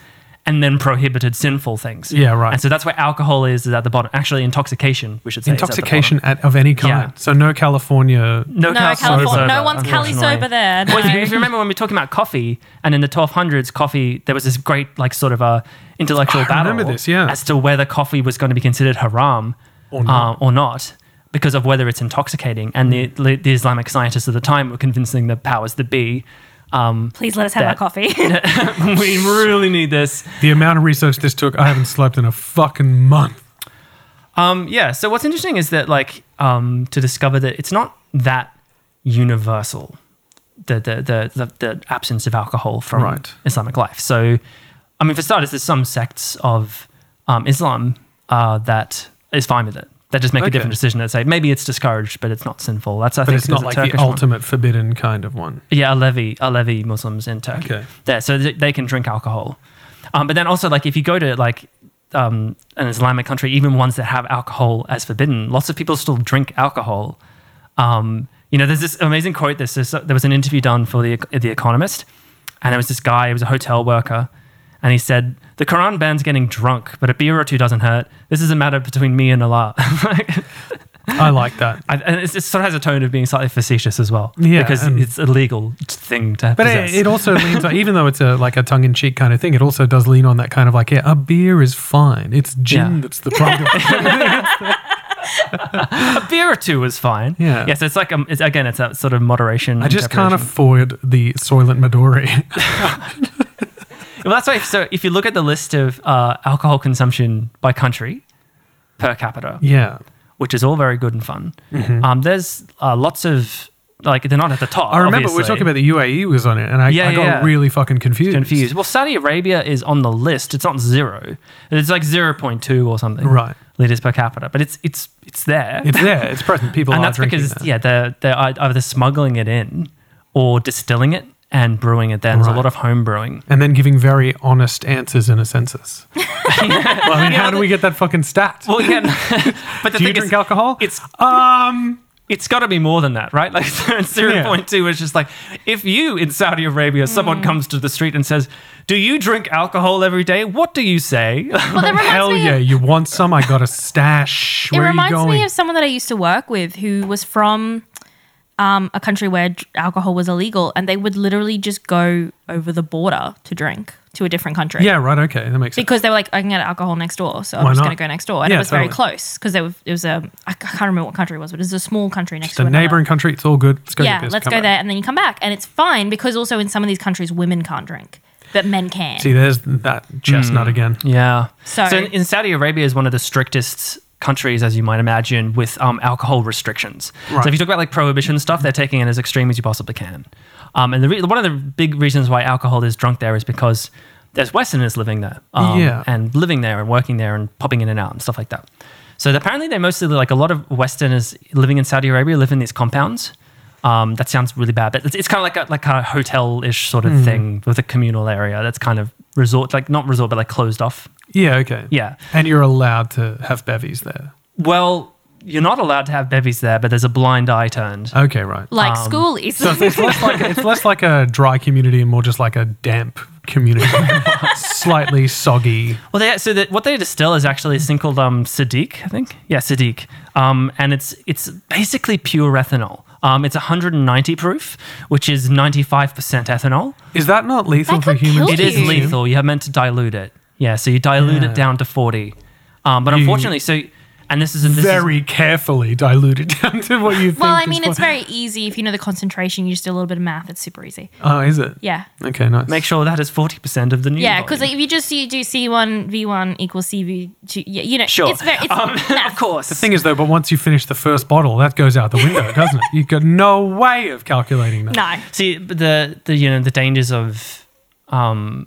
Speaker 3: and then prohibited sinful things.
Speaker 1: Yeah, right.
Speaker 3: And so that's where alcohol is is at the bottom. Actually, intoxication, we should say. is at the bottom.
Speaker 1: Intoxication at, of any kind.
Speaker 3: Yeah.
Speaker 1: So no California.
Speaker 3: No,
Speaker 2: No,
Speaker 3: Cali
Speaker 2: California.
Speaker 3: sober,
Speaker 2: no one's Cali
Speaker 3: unfortunately.
Speaker 2: sober there.
Speaker 3: Well, if you,
Speaker 2: no.
Speaker 3: if you remember when we were talking about coffee, and in the 1200s, coffee there was this great like sort of a intellectual
Speaker 1: I
Speaker 3: battle
Speaker 1: remember this, yeah.
Speaker 3: as to whether coffee was going to be considered haram
Speaker 1: Or not. Mm.
Speaker 3: uh, or not because of whether it's intoxicating. And the the Islamic scientists at the time were convincing the powers that be. Um,
Speaker 2: Please let us have
Speaker 3: That-
Speaker 2: our coffee.
Speaker 3: we really need this.
Speaker 1: The amount of research this took, I haven't slept in a fucking month.
Speaker 3: Um, yeah. So what's interesting is that like um, to discover that it's not that universal the the the the, the absence of alcohol from
Speaker 1: Right.
Speaker 3: Islamic life. So I mean, for starters, there's some sects of um, Islam uh, that is fine with it. That just make a
Speaker 1: Okay.
Speaker 3: different decision. That say maybe it's discouraged, but it's not sinful. That's I
Speaker 1: But
Speaker 3: think
Speaker 1: it's not
Speaker 3: there's
Speaker 1: like
Speaker 3: a Turkish
Speaker 1: the
Speaker 3: one.
Speaker 1: ultimate forbidden kind of one.
Speaker 3: Yeah, Alevi, Alevi Muslims in Turkey.
Speaker 1: Okay.
Speaker 3: There, so th- they can drink alcohol. Um, but then also, like, if you go to like um, an Islamic country, even ones that have alcohol as forbidden, lots of people still drink alcohol. Um, you know, there's this amazing quote. This this- there was an interview done for the the Economist, and there was this guy. He was a hotel worker, and he said, "The Quran bans getting drunk, but a beer or two doesn't hurt. This is a matter between me and Allah." Like,
Speaker 1: I like that.
Speaker 3: I- and it's, it sort of has a tone of being slightly facetious as well,
Speaker 1: Yeah,
Speaker 3: because
Speaker 1: and-
Speaker 3: it's a legal thing to
Speaker 1: But
Speaker 3: possess.
Speaker 1: it, it also leans, on, even though it's a like a tongue in cheek kind of thing, it also does lean on that kind of like, yeah, a beer is fine. It's gin
Speaker 3: Yeah.
Speaker 1: that's the problem.
Speaker 3: a beer or two is fine.
Speaker 1: Yeah.
Speaker 3: Yes, it's like um, it's again, it's that sort of moderation.
Speaker 1: I just can't
Speaker 3: interpretation.
Speaker 1: afford the Soylent Midori.
Speaker 3: well, that's why. So if you look at the list of uh, alcohol consumption by country per capita,
Speaker 1: yeah. Mm-hmm.
Speaker 3: which is all very good and fun, um, there's uh, lots of like they're not at the top.
Speaker 1: I remember we
Speaker 3: obviously.
Speaker 1: were talking about the UAE was on it, and I,
Speaker 3: Yeah,
Speaker 1: I got
Speaker 3: yeah.
Speaker 1: really fucking confused.
Speaker 3: confused. Well, Saudi Arabia is on the list. It's not zero. It's like zero point two or something.
Speaker 1: Right.
Speaker 3: Liters per capita, but it's it's it's there.
Speaker 1: It's there. It's present. People
Speaker 3: and
Speaker 1: are
Speaker 3: that's
Speaker 1: drinking
Speaker 3: because
Speaker 1: that.
Speaker 3: yeah they're, they're ei- either smuggling it in or distilling it and brewing it there. There's a
Speaker 1: Right.
Speaker 3: lot of home brewing.
Speaker 1: and then giving very honest answers in a census. well, I mean, how do we get that fucking stat?
Speaker 3: Well, yeah, but the
Speaker 1: do you
Speaker 3: thing
Speaker 1: drink
Speaker 3: is,
Speaker 1: alcohol?
Speaker 3: it's um, it's got to be more than that, right? Like zero point two is just like if you in Saudi Arabia, someone comes to the street and says, "Do you drink alcohol every day?" What do you say?
Speaker 2: well, that reminds
Speaker 1: Hell
Speaker 2: me of-
Speaker 1: yeah! You want some? I got a stash.
Speaker 2: it
Speaker 1: Where are you
Speaker 2: reminds
Speaker 1: going?
Speaker 2: me of someone that I used to work with who was from um, a country where d- alcohol was illegal, and they would literally just go over the border to drink to a different country.
Speaker 1: yeah, right. Okay, that makes sense.
Speaker 2: Because they were like, I can get alcohol next door, so I'm
Speaker 1: Why
Speaker 2: just
Speaker 1: not?
Speaker 2: going to go next door. And
Speaker 1: Yeah,
Speaker 2: it was very
Speaker 1: totally.
Speaker 2: close because it was a, I c- I can't remember what country it was, but it was a small country next
Speaker 1: It's
Speaker 2: to
Speaker 1: a
Speaker 2: another.
Speaker 1: neighboring country. It's all good. Let's go.
Speaker 2: Yeah,
Speaker 1: get this,
Speaker 2: let's
Speaker 1: come
Speaker 2: go
Speaker 1: back.
Speaker 2: there and then you come back. And it's fine because also in some of these countries, women can't drink, but men can.
Speaker 1: See, there's that
Speaker 2: Mm.
Speaker 1: chestnut again.
Speaker 3: yeah.
Speaker 2: So-
Speaker 3: in, in Saudi Arabia is one of the strictest countries, as you might imagine, with um, alcohol restrictions.
Speaker 1: Right.
Speaker 3: So if you talk about like prohibition stuff, they're taking it as extreme as you possibly can. Um, and the re- one of the big reasons why alcohol is drunk there is because there's Westerners living there, um,
Speaker 1: Yeah.
Speaker 3: and living there and working there and popping in and out and stuff like that. So apparently, they mostly like a lot of Westerners living in Saudi Arabia live in these compounds. Um, that sounds really bad, but it's, it's kind of like a like a hotel ish sort of thing with a communal area that's kind of resort like not resort but like closed off
Speaker 1: Yeah. Okay.
Speaker 3: yeah.
Speaker 1: And you're allowed to have bevies there.
Speaker 3: Well, you're not allowed to have bevies there, but there's a blind eye turned.
Speaker 1: Okay. Right. Uh,
Speaker 2: like schoolies.
Speaker 1: um, So it's, it's less like it's less like a dry community and more just like a damp community, slightly soggy.
Speaker 3: Well, they, so that what they distill is actually this thing called um, Sadiq, I think. Yeah, Sadiq. Um, and it's it's basically pure ethanol. Um, it's 190 proof, which is 95% ethanol.
Speaker 1: Is that not lethal
Speaker 2: That
Speaker 1: for
Speaker 2: could
Speaker 1: humans?
Speaker 2: kill
Speaker 1: to
Speaker 3: It is
Speaker 2: Ew.
Speaker 1: consume?
Speaker 3: lethal. You're meant to dilute it. Yeah, so you dilute
Speaker 1: Yeah.
Speaker 3: it down to 40. Um, but
Speaker 1: You-
Speaker 3: unfortunately, so And this is this is,
Speaker 1: very carefully diluted down to what you think.
Speaker 2: Well, I
Speaker 1: is
Speaker 2: mean, it's
Speaker 1: what-
Speaker 2: very easy. If you know the concentration, you just do a little bit of math. It's super easy.
Speaker 1: Oh, is it?
Speaker 2: Yeah.
Speaker 1: Okay, nice.
Speaker 3: make sure that is forty percent of the new.
Speaker 2: Yeah, because
Speaker 3: volume.
Speaker 2: if you just you do C1, V1 equals CV2, yeah, you know,
Speaker 3: sure,
Speaker 2: it's very, it's,
Speaker 3: Um,
Speaker 2: nah.
Speaker 3: of course.
Speaker 1: The thing is, though, but once you finish the first bottle, that goes out the window, doesn't it? You've got no way of calculating that.
Speaker 2: No.
Speaker 3: See, but the the you know the dangers of um,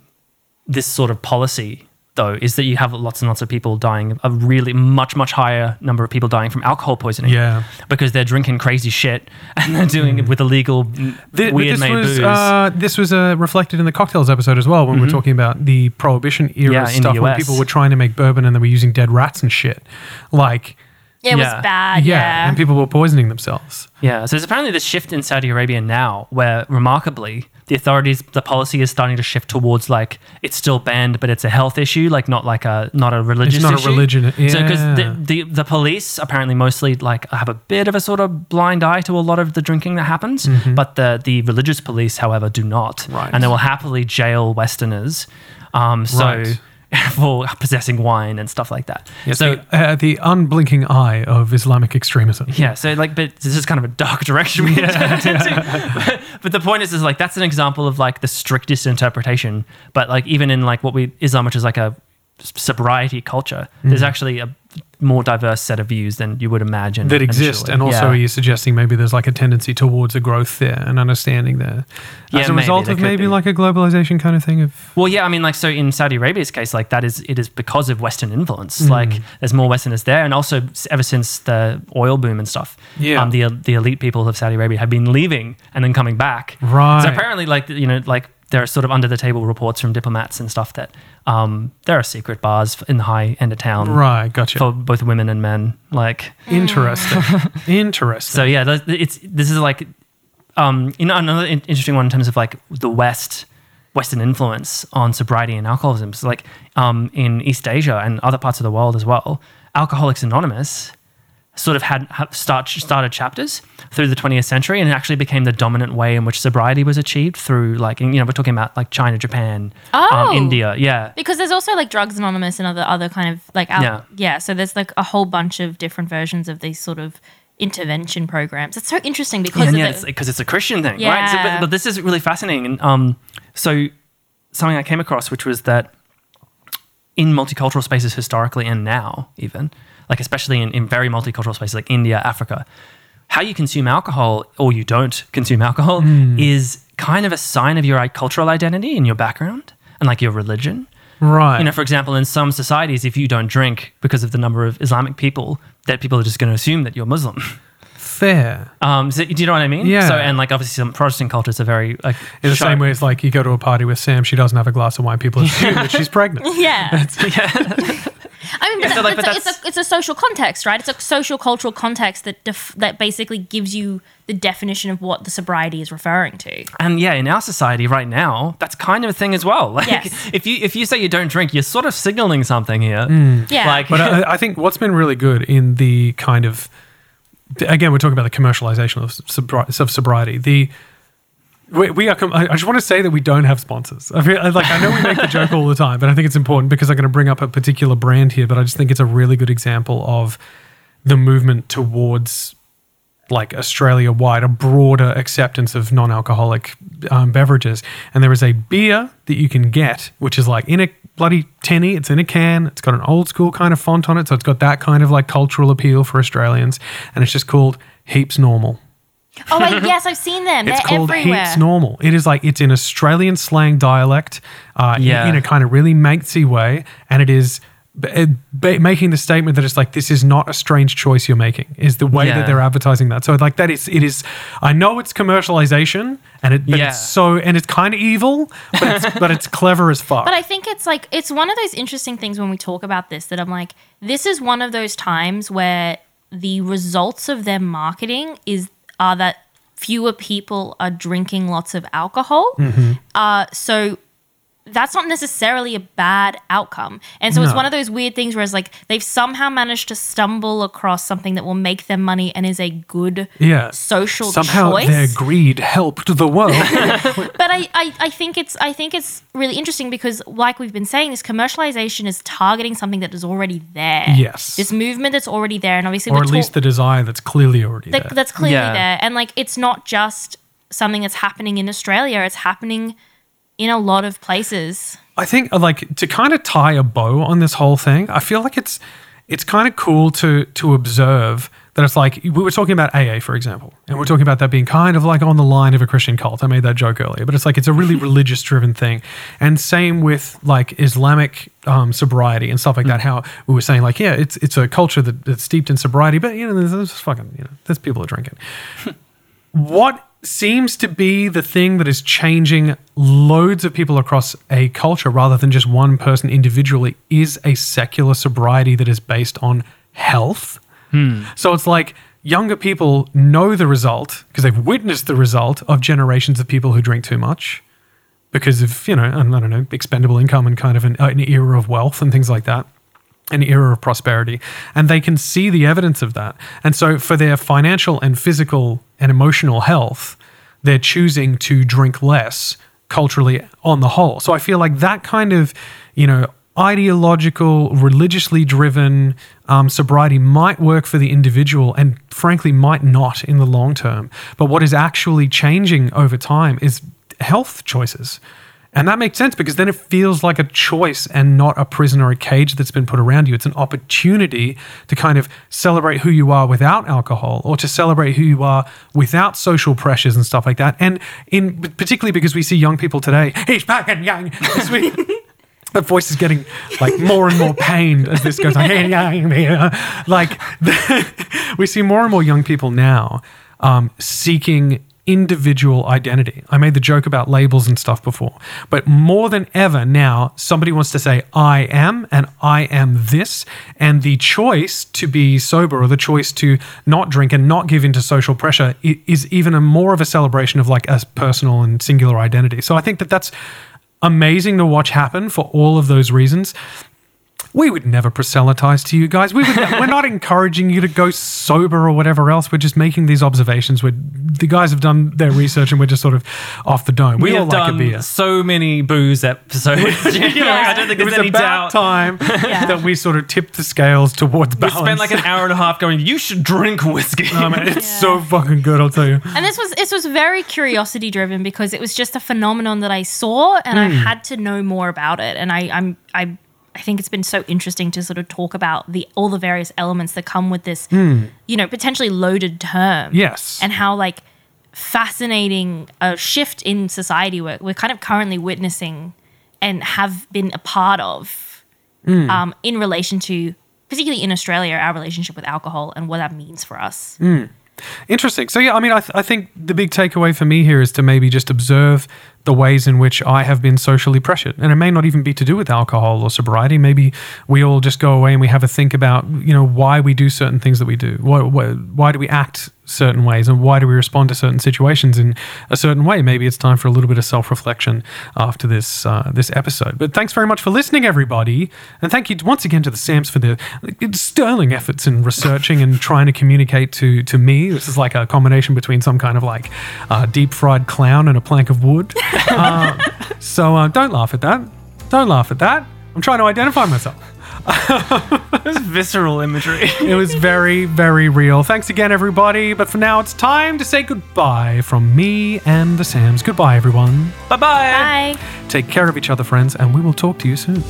Speaker 3: this sort of policy though is that you have lots and lots of people dying, a really much much higher number of people dying from alcohol poisoning.
Speaker 1: Yeah. Hmm.
Speaker 3: because they're drinking crazy shit and they're doing it with illegal m
Speaker 1: Th- but
Speaker 3: weird
Speaker 1: this
Speaker 3: made
Speaker 1: was,
Speaker 3: booze.
Speaker 1: Uh, this was uh, reflected in the cocktails episode as well when we were talking about the prohibition era
Speaker 3: Mm-hmm. Yeah, in the
Speaker 1: stuff when
Speaker 3: US.
Speaker 1: people were trying to make bourbon and they were using dead rats and shit. Like,
Speaker 2: Yeah, it
Speaker 3: Yeah.
Speaker 2: was bad.
Speaker 1: yeah,
Speaker 2: Uh, Yeah.
Speaker 1: and people were poisoning themselves.
Speaker 3: yeah, so there's apparently this shift in Saudi Arabia now where remarkably the authorities the policy is starting to shift towards like it's still banned but it's a health issue like not like a not a religious
Speaker 1: not a
Speaker 3: issue.
Speaker 1: religion,
Speaker 3: So
Speaker 1: yeah.
Speaker 3: because the, the the police apparently mostly like have a bit of a sort of blind eye to a lot of the drinking that happens, but the the religious police, however, do not,
Speaker 1: Mm-hmm. Right.
Speaker 3: and they will happily jail Westerners, um, so
Speaker 1: Right.
Speaker 3: for possessing wine and stuff like that. so.
Speaker 1: the, uh, the unblinking eye of Islamic extremism.
Speaker 3: yeah, so like, but this is kind of a dark direction we turned into. But, but the point is, is like that's an example of like the strictest interpretation. But like even in like what we Islam, which is like a sobriety culture, there's
Speaker 1: Mm.
Speaker 3: actually a more diverse set of views than you would imagine
Speaker 1: That exist,
Speaker 3: initially.
Speaker 1: and also
Speaker 3: Yeah.
Speaker 1: are you suggesting maybe there's like a tendency towards a growth there, an understanding there,
Speaker 3: Yeah,
Speaker 1: as a
Speaker 3: maybe,
Speaker 1: result
Speaker 3: there
Speaker 1: of
Speaker 3: could
Speaker 1: maybe
Speaker 3: be.
Speaker 1: like a globalization kind of thing of
Speaker 3: Well, yeah, I mean, like, so in Saudi Arabia's case, like, that is, it is because of Western influence.
Speaker 1: Mm.
Speaker 3: Like, there's more Westerners there. And also, s- ever since the oil boom and stuff,
Speaker 1: Yeah.
Speaker 3: um, the, the elite people of Saudi Arabia have been leaving and then coming back.
Speaker 1: Right.
Speaker 3: So apparently, like, you know, like, there are sort of under the table reports from diplomats and stuff that um, there are secret bars in the high end of town
Speaker 1: right. Gotcha.
Speaker 3: for both women and men. Like,
Speaker 1: Interesting. Interesting.
Speaker 3: so yeah, th- th- it's this is like um, you know another in- interesting one in terms of like the West Western influence on sobriety and alcoholism. So like um, in East Asia and other parts of the world as well, Alcoholics Anonymous sort of had ha- start, started chapters through the 20th century and it actually became the dominant way in which sobriety was achieved through like you know we're talking about like China, Japan,
Speaker 2: Oh.
Speaker 3: um, India, yeah.
Speaker 2: Because there's also like Drugs Anonymous and other, other kind of like, out,
Speaker 3: Yeah.
Speaker 2: yeah. So there's like a whole bunch of different versions of these sort of intervention programs. It's so interesting because
Speaker 3: and
Speaker 2: of
Speaker 3: yeah,
Speaker 2: the-
Speaker 3: it's because it's a Christian thing, right? So, but,
Speaker 2: Yeah.
Speaker 3: but this is really fascinating. And um, so something I came across, which was that in multicultural spaces historically and now, even like especially in, in very multicultural spaces like India, Africa, how you consume alcohol or you don't consume alcohol is kind of a sign of your i- cultural identity and your background and like your religion.
Speaker 1: Right.
Speaker 3: You know, for example, in some societies, if you don't drink because of the number of Islamic people, that people are just going to assume that you're Muslim.
Speaker 1: Fair.
Speaker 3: Um, so, do you know what I mean?
Speaker 1: Yeah.
Speaker 3: So, and like obviously, some Protestant cultures are very like
Speaker 1: In the
Speaker 3: shy-
Speaker 1: same way, it's like you go to a party with Sam, she doesn't have a glass of wine, people assume that she's pregnant.
Speaker 2: yeah.
Speaker 3: yeah,
Speaker 2: I mean, but
Speaker 3: Yeah, so,
Speaker 2: that- that's,
Speaker 3: like, but
Speaker 2: a- it's,
Speaker 3: that's-
Speaker 2: a, it's a social context, right? It's a social cultural context that def- that basically gives you the definition of what the sobriety is referring to.
Speaker 3: and yeah, in our society right now, that's kind of a thing as well. Like,
Speaker 2: Yes.
Speaker 3: if you if you say you don't drink, you're sort of signaling something here.
Speaker 2: Yeah.
Speaker 3: Like,
Speaker 1: Hmm. But uh, I, I think what's been really good in the kind of, again, we're talking about the commercialization of, sobri- of sobriety. The we, we are. Com- I I just want to say that we don't have sponsors. I feel, like I know we make the joke all the time, but I think it's important because I'm going to bring up a particular brand here. But I just think it's a really good example of the movement towards like Australia wide, a broader acceptance of non alcoholic um, beverages. And there is a beer that you can get, which is like in a bloody tinny, it's in a can, it's got an old school kind of font on it. So it's got that kind of like cultural appeal for Australians. And it's just called Heaps Normal.
Speaker 2: oh, I, yes, I've seen them.
Speaker 1: It's
Speaker 2: They're
Speaker 1: called
Speaker 2: E-, everywhere.
Speaker 1: Heaps Normal. It is like, it's in Australian slang dialect uh, in-
Speaker 3: Yeah.
Speaker 1: in a kind of really matesy way. And it is. ba- ba- Making the statement that it's like this is not a strange choice you're making is the way
Speaker 3: Yeah.
Speaker 1: that they're advertising that. So like that is it is. I know it's commercialization and it, but
Speaker 3: Yeah.
Speaker 1: it's so and it's kind of evil, but it's, but it's clever as fuck.
Speaker 2: But I think it's like it's one of those interesting things when we talk about this that I'm like, this is one of those times where the results of their marketing is are that
Speaker 1: Mm-hmm.
Speaker 2: fewer people are drinking lots of alcohol. Uh, so that's not necessarily a bad outcome. And so it's
Speaker 1: No.
Speaker 2: one of those weird things where it's like they've somehow managed to stumble across something that will make them money and is a good
Speaker 1: Yeah.
Speaker 2: social
Speaker 1: Somehow
Speaker 2: choice.
Speaker 1: their greed helped the world.
Speaker 2: but I, I, I think it's I think it's really interesting because like we've been saying, this commercialization is targeting something that is already there.
Speaker 1: Yes.
Speaker 2: This movement that's already there. And obviously
Speaker 1: or
Speaker 2: we're
Speaker 1: at least
Speaker 2: talk-
Speaker 1: the desire that's clearly already
Speaker 2: that-
Speaker 1: there.
Speaker 2: that's clearly
Speaker 3: Yeah.
Speaker 2: there. And like it's not just something that's happening in Australia, it's happening in a lot of places.
Speaker 1: I think uh, like to kind of tie a bow on this whole thing, I feel like it's it's kind of cool to to observe that it's like we were talking about AA, for example, and we're talking about that being kind of like on the line of a Christian cult. I made that joke earlier, but it's like it's a really religious driven thing, and same with like Islamic um, sobriety and stuff like that. How we were saying like, yeah, it's it's a culture that, that's steeped in sobriety, but you know, there's, there's fucking you know, there's people who are drinking what seems to be the thing that is changing loads of people across a culture rather than just one person individually is a secular sobriety that is based on health. So it's like younger people know the result because they've witnessed the result of generations of people who drink too much because of, you know, I don't know, expendable income and kind of an, uh, an era of wealth and things like that an era of prosperity and they can see the evidence of that and so for their financial and physical and emotional health they're choosing to drink less culturally on the whole so i feel like that kind of you know ideological religiously driven um, sobriety might work for the individual and frankly might not in the long term but what is actually changing over time is health choices and that makes sense because then it feels like a choice and not a prison or a cage that's been put around you. It's an opportunity to kind of celebrate who you are without alcohol or to celebrate who you are without social pressures and stuff like that. And in particularly because we see young people today, he's fucking young. This week. That voice is getting like more and more pained as this goes on. like we see more and more young people now um, seeking individual identity. I made the joke about labels and stuff before, but more than ever now, somebody wants to say, I am and I am this. And the choice to be sober or the choice to not drink and not give in to social pressure i- is even a more of a celebration of like a personal and singular identity. So I think that that's amazing to watch happen for all of those reasons. We would never proselytize to you guys. We would, we're not encouraging you to go sober or whatever else. We're just making these observations. Where the guys have done their research and we're just sort of off the dome. We,
Speaker 3: We
Speaker 1: all
Speaker 3: have
Speaker 1: like
Speaker 3: done
Speaker 1: a beer.
Speaker 3: so many booze episodes. You know, I don't think
Speaker 1: It was
Speaker 3: there's any
Speaker 1: about
Speaker 3: doubt.
Speaker 1: time that we sort of tipped the scales towards
Speaker 3: We
Speaker 1: balance.
Speaker 3: spent like an hour and a half going. You should drink whiskey.
Speaker 1: I mean, it's so fucking good, I'll tell you.
Speaker 2: And this was this was very curiosity driven because it was just a phenomenon that I saw and I had to know more about it. And I, I'm I I think it's been so interesting to sort of talk about the all the various elements that come with this, you know, potentially loaded term.
Speaker 1: Yes.
Speaker 2: And how like fascinating a shift in society we're, we're kind of currently witnessing and have been a part of um, in relation to particularly in Australia, our relationship with alcohol and what that means for us.
Speaker 1: Interesting. So yeah, I mean, I, th- I think the big takeaway for me here is to maybe just observe the ways in which I have been socially pressured, and it may not even be to do with alcohol or sobriety. Maybe we all just go away and we have a think about you know why we do certain things that we do. Why, why, why do we act certain ways, and why do we respond to certain situations in a certain way? Maybe it's time for a little bit of self reflection after this uh, this episode. But thanks very much for listening, everybody, and thank you once again to the Sams for their sterling efforts in researching and trying to communicate to to me. This is like a combination between some kind of like uh, deep fried clown and a plank of wood. Uh, so uh, don't laugh at that. Don't laugh at that. I'm trying to identify myself.
Speaker 3: It's visceral imagery.
Speaker 1: It was very, very real. Thanks again, everybody. But for now, it's time to say goodbye from me and the Sams. Goodbye, everyone.
Speaker 3: Bye bye.
Speaker 2: Bye.
Speaker 1: Take care of each other, friends, and we will talk to you soon.